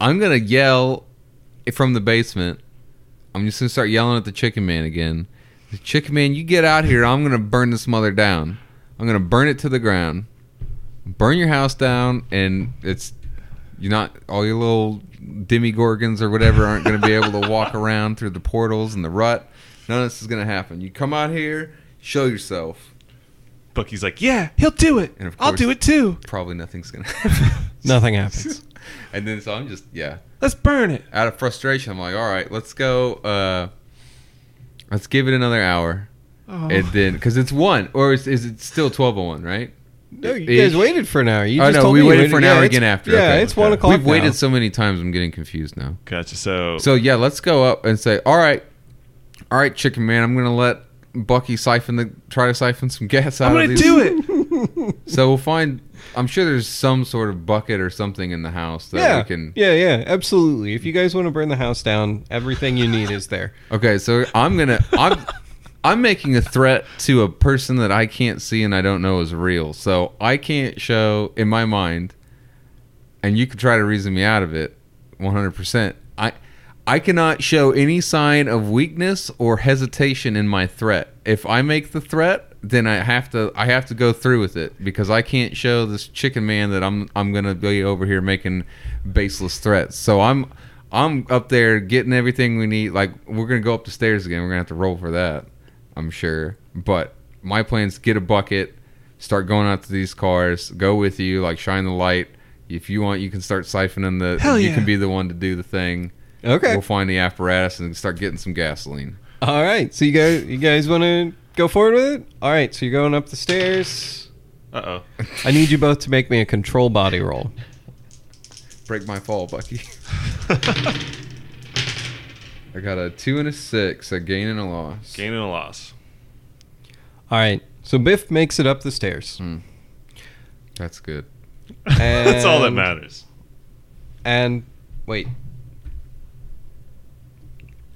S3: I'm gonna yell from the basement. I'm just gonna start yelling at the chicken man again. The chicken man, you get out here. I'm gonna burn this mother down. I'm gonna burn it to the ground. Burn your house down, and it's you're not all your little demigorgons or whatever aren't gonna be able to walk around through the portals and the rut. None of this is gonna happen. You come out here, show yourself.
S1: Bucky's like, yeah.
S4: Yeah, he'll do it.
S3: And of
S4: I'll
S3: course-
S4: do it too.
S3: Probably nothing's gonna happen.
S2: Nothing happens.
S3: and then so I'm just yeah,
S4: Let's burn it.
S3: out of frustration, I'm like, all right, let's go. Uh, let's give it another hour,
S4: Oh.
S3: and then because it's one, or is, is it still twelve oh one? Right?
S2: No, you guys
S3: Ish.
S2: waited for an hour. You
S3: oh
S2: just
S3: no,
S2: told
S3: we
S2: me you
S3: waited for an
S2: yeah,
S3: hour
S2: it's-
S3: again after.
S2: Yeah,
S3: Okay.
S2: it's one o'clock.
S3: We've waited
S2: now.
S3: so many times. I'm getting confused now.
S1: Gotcha. So,
S3: So yeah, let's go up and say, all right, all right, Chicken Man, I'm gonna let Bucky siphon the try to siphon some gas out
S4: I'm
S3: of
S4: gonna
S3: these.
S4: do it.
S3: So we'll find. I'm sure there's some sort of bucket or something in the house that
S2: yeah,
S3: we can.
S2: yeah, yeah, absolutely. If you guys want to burn the house down, everything you need is there.
S3: Okay, so I'm gonna. I'm. I'm making a threat to a person that I can't see and I don't know is real. So I can't show in my mind, and you can try to reason me out of it, 100%. I, I cannot show any sign of weakness or hesitation in my threat. If I make the threat, then I have to I have to go through with it because I can't show this chicken man that I'm I'm gonna be over here making baseless threats. So I'm I'm up there getting everything we need. Like we're gonna go up the stairs again. We're gonna have to roll for that, I'm sure. But my plan's get a bucket, start going out to these cars, go with you, like shine the light. If you want, you can start siphoning the.
S4: Hell
S3: you
S4: yeah.
S3: can be the one to do the thing.
S2: Okay,
S3: We'll find the apparatus and start getting some gasoline.
S2: all right. So you guys, you guys want to go forward with it? All right. So you're going up the stairs.
S1: uh oh.
S2: I need you both to make me a control body roll.
S3: Break my fall, Bucky. I got a two and a six, a gain and a loss.
S1: Gain and a loss.
S2: All right. So Biff makes it up the stairs.
S3: That's good.
S1: That's all that
S2: And-
S1: matters.
S2: And wait.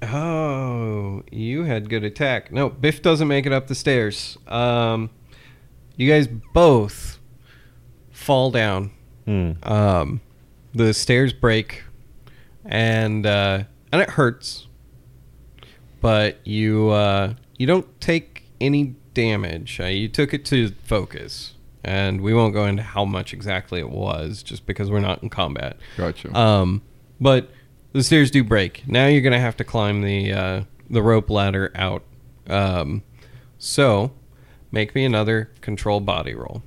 S2: Oh, you had good attack. No, Biff doesn't make it up the stairs. Um, you guys both fall down.
S1: Hmm.
S2: Um, the stairs break, and uh, and it hurts. But you uh, you don't take any damage. Uh, you took it to focus, and we won't go into how much exactly it was, just because we're not in combat.
S3: Gotcha.
S2: Um, but the stairs do break. Now you're gonna have to climb the uh, the rope ladder out. Um, so make me another control body roll.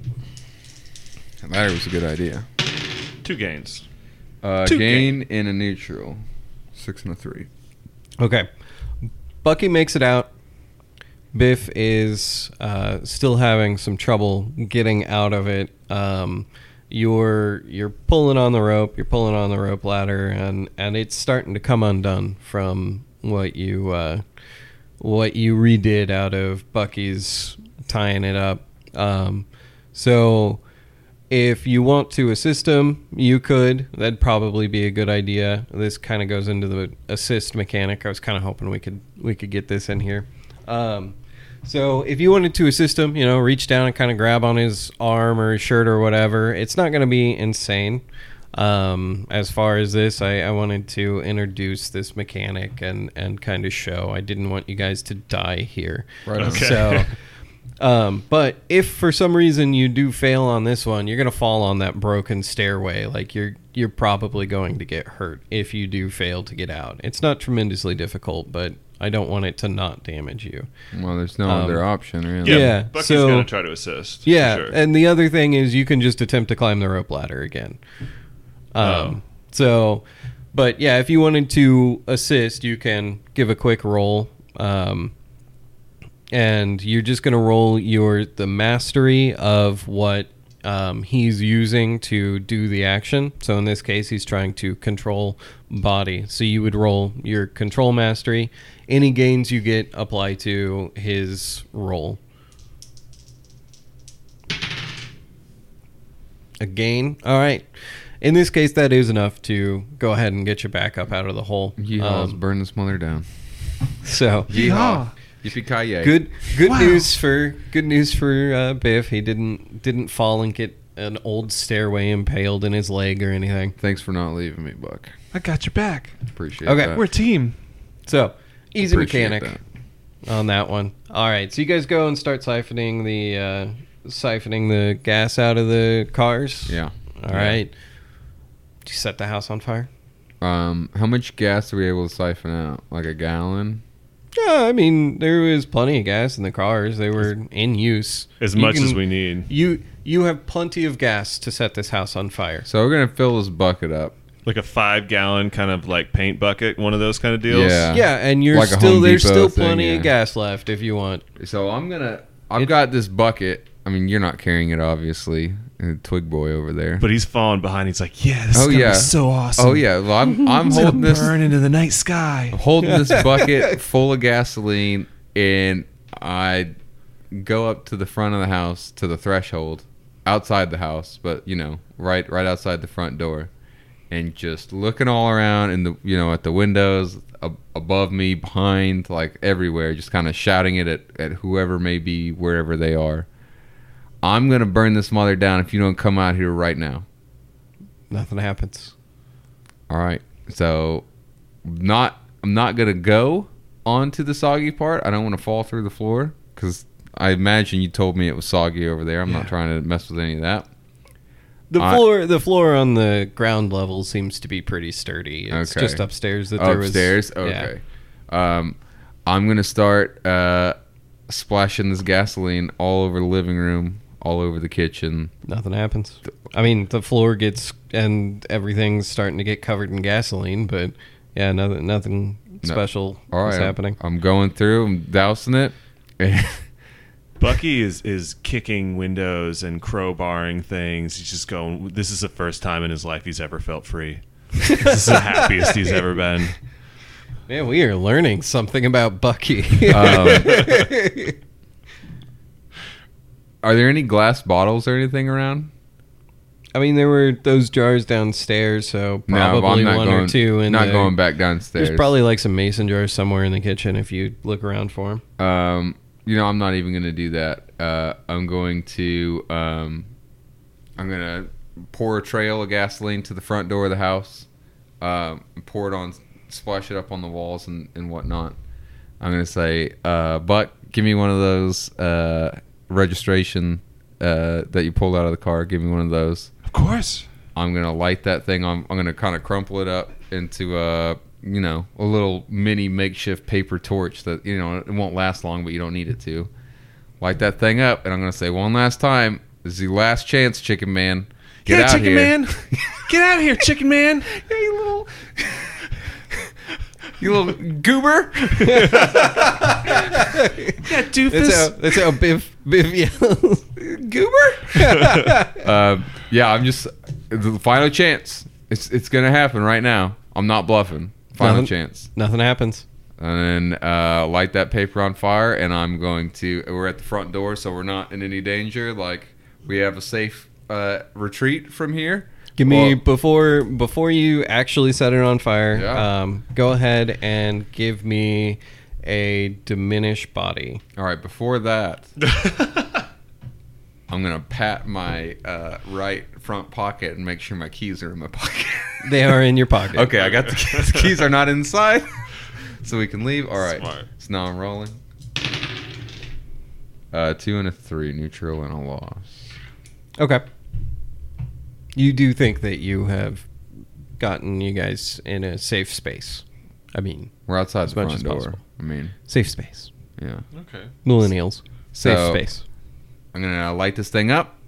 S3: That ladder was a good idea.
S1: Two gains.
S3: Uh,
S2: Two
S3: gain and a neutral, six and a three.
S2: Okay, Bucky makes it out. Biff is uh, still having some trouble getting out of it. Um, you're you're pulling on the rope. You're pulling on the rope ladder, and and it's starting to come undone from what you uh, what you redid out of Bucky's tying it up. Um, so if you want to assist him, you could. That'd probably be a good idea. This kind of goes into the assist mechanic. I was kind of hoping we could we could get this in here. Um, so if you wanted to assist him, you know, reach down and kind of grab on his arm or his shirt or whatever. It's not going to be insane. Um, as far as this, I, I wanted to introduce this mechanic and and kind of show. I didn't want you guys to die here.
S3: Right on.
S1: Okay.
S2: So. Um, but if for some reason you do fail on this one, you're gonna fall on that broken stairway. Like you're you're probably going to get hurt if you do fail to get out. It's not tremendously difficult, but I don't want it to not damage you.
S3: Well, there's no
S2: Um,
S3: other option, really.
S1: Yeah.
S2: Yeah,
S1: Bucky's
S2: so-
S1: gonna try to assist. for
S2: Yeah,
S1: sure.
S2: and the other thing is you can just attempt to climb the rope ladder again.
S1: Oh.
S2: Um, So, but yeah, if you wanted to assist, you can give a quick roll, um, and you're just gonna roll your the mastery of what um, he's using to do the action. So in this case, he's trying to control body. So you would roll your control mastery. Any gains you get apply to his roll. Again, All right. In this case, that is enough to go ahead and get you back up out of the hole.
S3: Yeehaw, let's
S2: Um,
S3: burn this mother down.
S2: so
S4: Yeehaw.
S3: Yippee ki
S2: good. Good
S4: Wow.
S2: news for good news for uh, Biff. He didn't didn't fall and get an old stairway impaled in his leg or anything.
S3: Thanks for not leaving me, Buck.
S4: I got your back.
S3: Appreciate
S2: Okay.
S3: that.
S4: We're a team.
S2: So easy
S3: Appreciate
S2: mechanic
S3: that.
S2: on that one. All right. So you guys go and start siphoning the uh, siphoning the gas out of the cars.
S3: Yeah.
S2: All right. Did you set the house on fire?
S3: Um, how much gas are we able to siphon out? Like a gallon?
S2: Yeah, I mean there was plenty of gas in the cars. They were in use.
S1: as
S2: You
S1: much
S2: can-
S1: as we need.
S2: You you have plenty of gas to set this house on fire.
S3: So we're gonna fill this bucket up.
S1: like a five gallon kind of like paint bucket, one of those kind of deals.
S3: Yeah.
S2: yeah, and you're
S3: Like a
S2: still
S3: Home
S2: there's
S3: Depot
S2: still
S3: thing,
S2: plenty
S3: yeah.
S2: of gas left if you want.
S3: So I'm gonna. I've
S2: It-
S3: got this bucket. I mean, you're not carrying it, obviously. uh, Twig boy over there.
S1: But he's falling behind. He's like, yeah, this
S3: Oh,
S1: is gonna
S3: yeah.
S1: be so awesome.
S3: oh yeah, well, I'm I'm
S4: It's gonna
S3: holding this
S4: burn into the night sky.
S3: holding this bucket full of gasoline, and I go up to the front of the house to the threshold, outside the house, but you know, right right outside the front door, and just looking all around and the you know at the windows ab- above me, behind, like everywhere, just kind of shouting it at at whoever may be wherever they are. I'm gonna burn this mother down if you don't come out here right now.
S2: Nothing happens.
S3: All right. So, not I'm not gonna go onto the soggy part. I don't want to fall through the floor because I imagine you told me it was soggy over there. I'm not trying to mess with any of that.
S2: The
S3: I-
S2: floor the floor on the ground level seems to be pretty sturdy. It's
S3: Okay.
S2: just upstairs that there
S3: Upstairs.
S2: was yeah.
S3: okay. Um, I'm gonna start uh, splashing this gasoline all over the living room, all over the kitchen.
S2: Nothing happens. I mean, the floor gets and everything's starting to get covered in gasoline, but yeah, nothing nothing
S3: No.
S2: special
S3: All right.
S2: is
S3: I'm-
S2: happening.
S3: I'm going through. I'm dousing it.
S1: Bucky is is kicking windows and crowbarring things. He's just going. This is the first time in his life he's ever felt free. this is the happiest he's ever been.
S2: Man, we are learning something about Bucky.
S3: Um, Are there any glass bottles or anything around?
S2: I mean, there were those jars downstairs, so
S3: No, but
S2: probably
S3: I'm not
S2: one
S3: going,
S2: or two. And
S3: not going back downstairs.
S2: There's probably like some mason jars somewhere in the kitchen if you look around for them.
S3: Um, you know, I'm not even gonna do that. Uh, I'm going to. Um, I'm gonna pour a trail of gasoline to the front door of the house. Um, pour it on, splash it up on the walls and and whatnot. I'm gonna say, uh, Buck, give me one of those uh, registration uh, that you pulled out of the car. Give me one of those.
S4: Of course.
S3: I'm gonna light that thing. I'm, I'm gonna kind of crumple it up into a you know a little mini makeshift paper torch that you know it won't last long, but you don't need it to. Light that thing up, and I'm gonna say one last time: "This is your last chance, Chicken Man. Get
S4: yeah,
S3: out
S4: chicken
S3: here,
S4: man. Get out of here, chicken man.
S3: Yeah, you little, you little goober."
S4: Yeah, doofus.
S2: That's how, that's how Biff, Biff yells.
S3: Uh, yeah, I'm just the final chance. It's it's gonna happen right now. I'm not bluffing. Final
S2: Nothing.
S3: chance.
S2: Nothing happens.
S3: and then uh, light that paper on fire. And I'm going to. We're at the front door, so we're not in any danger. Like we have a safe uh, retreat from here.
S2: Give me
S3: Well-
S2: before before you actually set it on fire.
S3: Yeah.
S2: Um, go ahead and give me a diminished body.
S3: All right. Before that, I'm gonna pat my uh, right front pocket and make sure my keys are in my pocket.
S2: They are in your pocket.
S3: okay, I got the keys. The keys are not inside, so we can leave. All right.
S1: Smart.
S3: So now I'm rolling. Uh, two and a three, neutral and a loss.
S2: Okay. You do think that you have gotten you guys in a safe space. I mean,
S3: We're outside
S2: As
S3: the
S2: much
S3: front
S2: as
S3: door.
S2: possible.
S3: I mean,
S2: safe space.
S3: yeah.
S1: Okay.
S2: Millennials. Safe
S3: So-
S2: space.
S3: I'm gonna uh, light this thing up,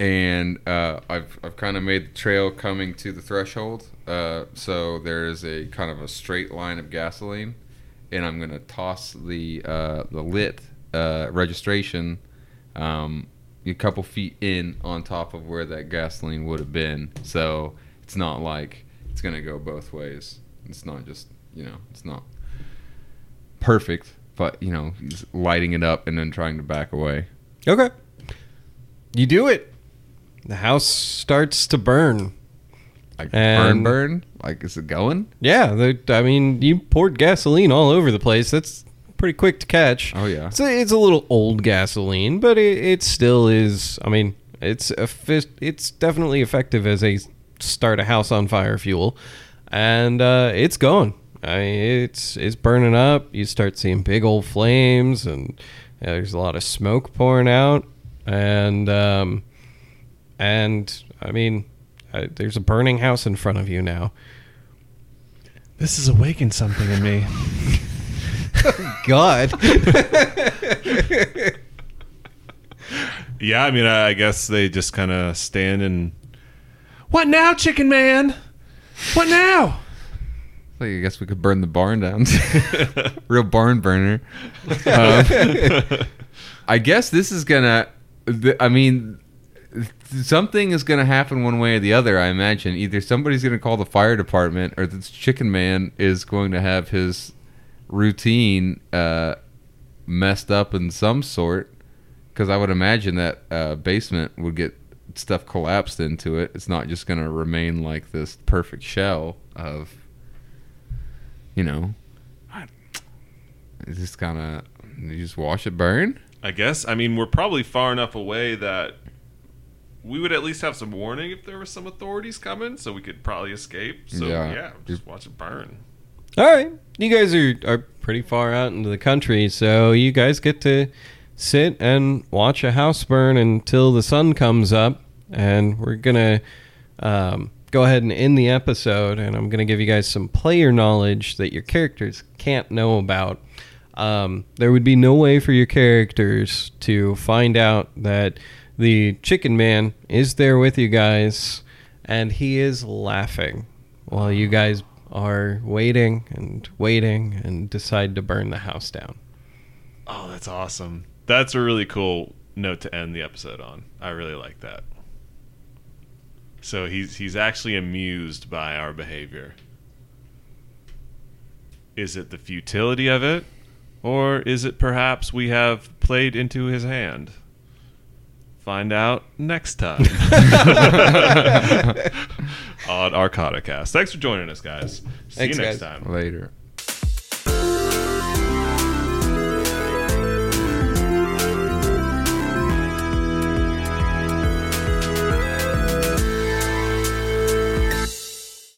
S3: and uh, I've I've kind of made the trail coming to the threshold. Uh, so there is a kind of a straight line of gasoline, and I'm gonna toss the uh, the lit uh, registration um, a couple feet in on top of where that gasoline would have been. So it's not like it's gonna go both ways. It's not just you know it's not perfect, but you know he's lighting it up and then trying to back away.
S2: Okay. You do it. The house starts to burn.
S3: Like
S2: And-
S3: burn, burn. Like is it going?
S2: Yeah, the, I mean, you poured gasoline all over the place. That's pretty quick to catch.
S3: Oh, yeah.
S2: it's a, it's a little old gasoline, but it, it still is. I mean, it's a it's definitely effective as a start a house on fire fuel, and uh, it's going. I mean, it's it's burning up. You start seeing big old flames, and uh, there's a lot of smoke pouring out, and um, and I mean, uh, there's a burning house in front of you now.
S4: This has awakened something in me.
S2: God.
S1: Yeah, I mean, I I guess they just kind of stand and
S4: What now, chicken man? What now?
S3: Like, I guess we could burn the barn down. Real barn burner. Um, I guess this is gonna. th- I mean, th- something is gonna happen one way or the other. I imagine either somebody's gonna call the fire department, or this chicken man is going to have his routine uh, messed up in some sort. Because I would imagine that uh, basement would get stuff collapsed into it. It's not just gonna remain like this perfect shell of, you know, I- it's just gonna. You just watch it burn.
S1: I guess. I mean, we're probably far enough away that we would at least have some warning if there were some authorities coming, so we could probably escape. So
S3: Yeah.
S1: yeah, just watch it burn.
S2: All right. You guys are, are pretty far out into the country, so you guys get to sit and watch a house burn until the sun comes up. And we're going to um, go ahead and end the episode, and I'm going to give you guys some player knowledge that your characters can't know about. Um, there would be no way for your characters to find out that the chicken man is there with you guys, and he is laughing while you guys are waiting and waiting and decide to burn the house down.
S1: Oh, that's awesome. That's a really cool note to end the episode on. I really like that. So he's he's actually amused by our behavior. Is it the futility of it, or is it perhaps we have played into his hand? Find out next time on Arcadacast. Thanks for joining us, guys. See
S2: Thanks,
S1: you next
S2: guys.
S1: time.
S3: Later.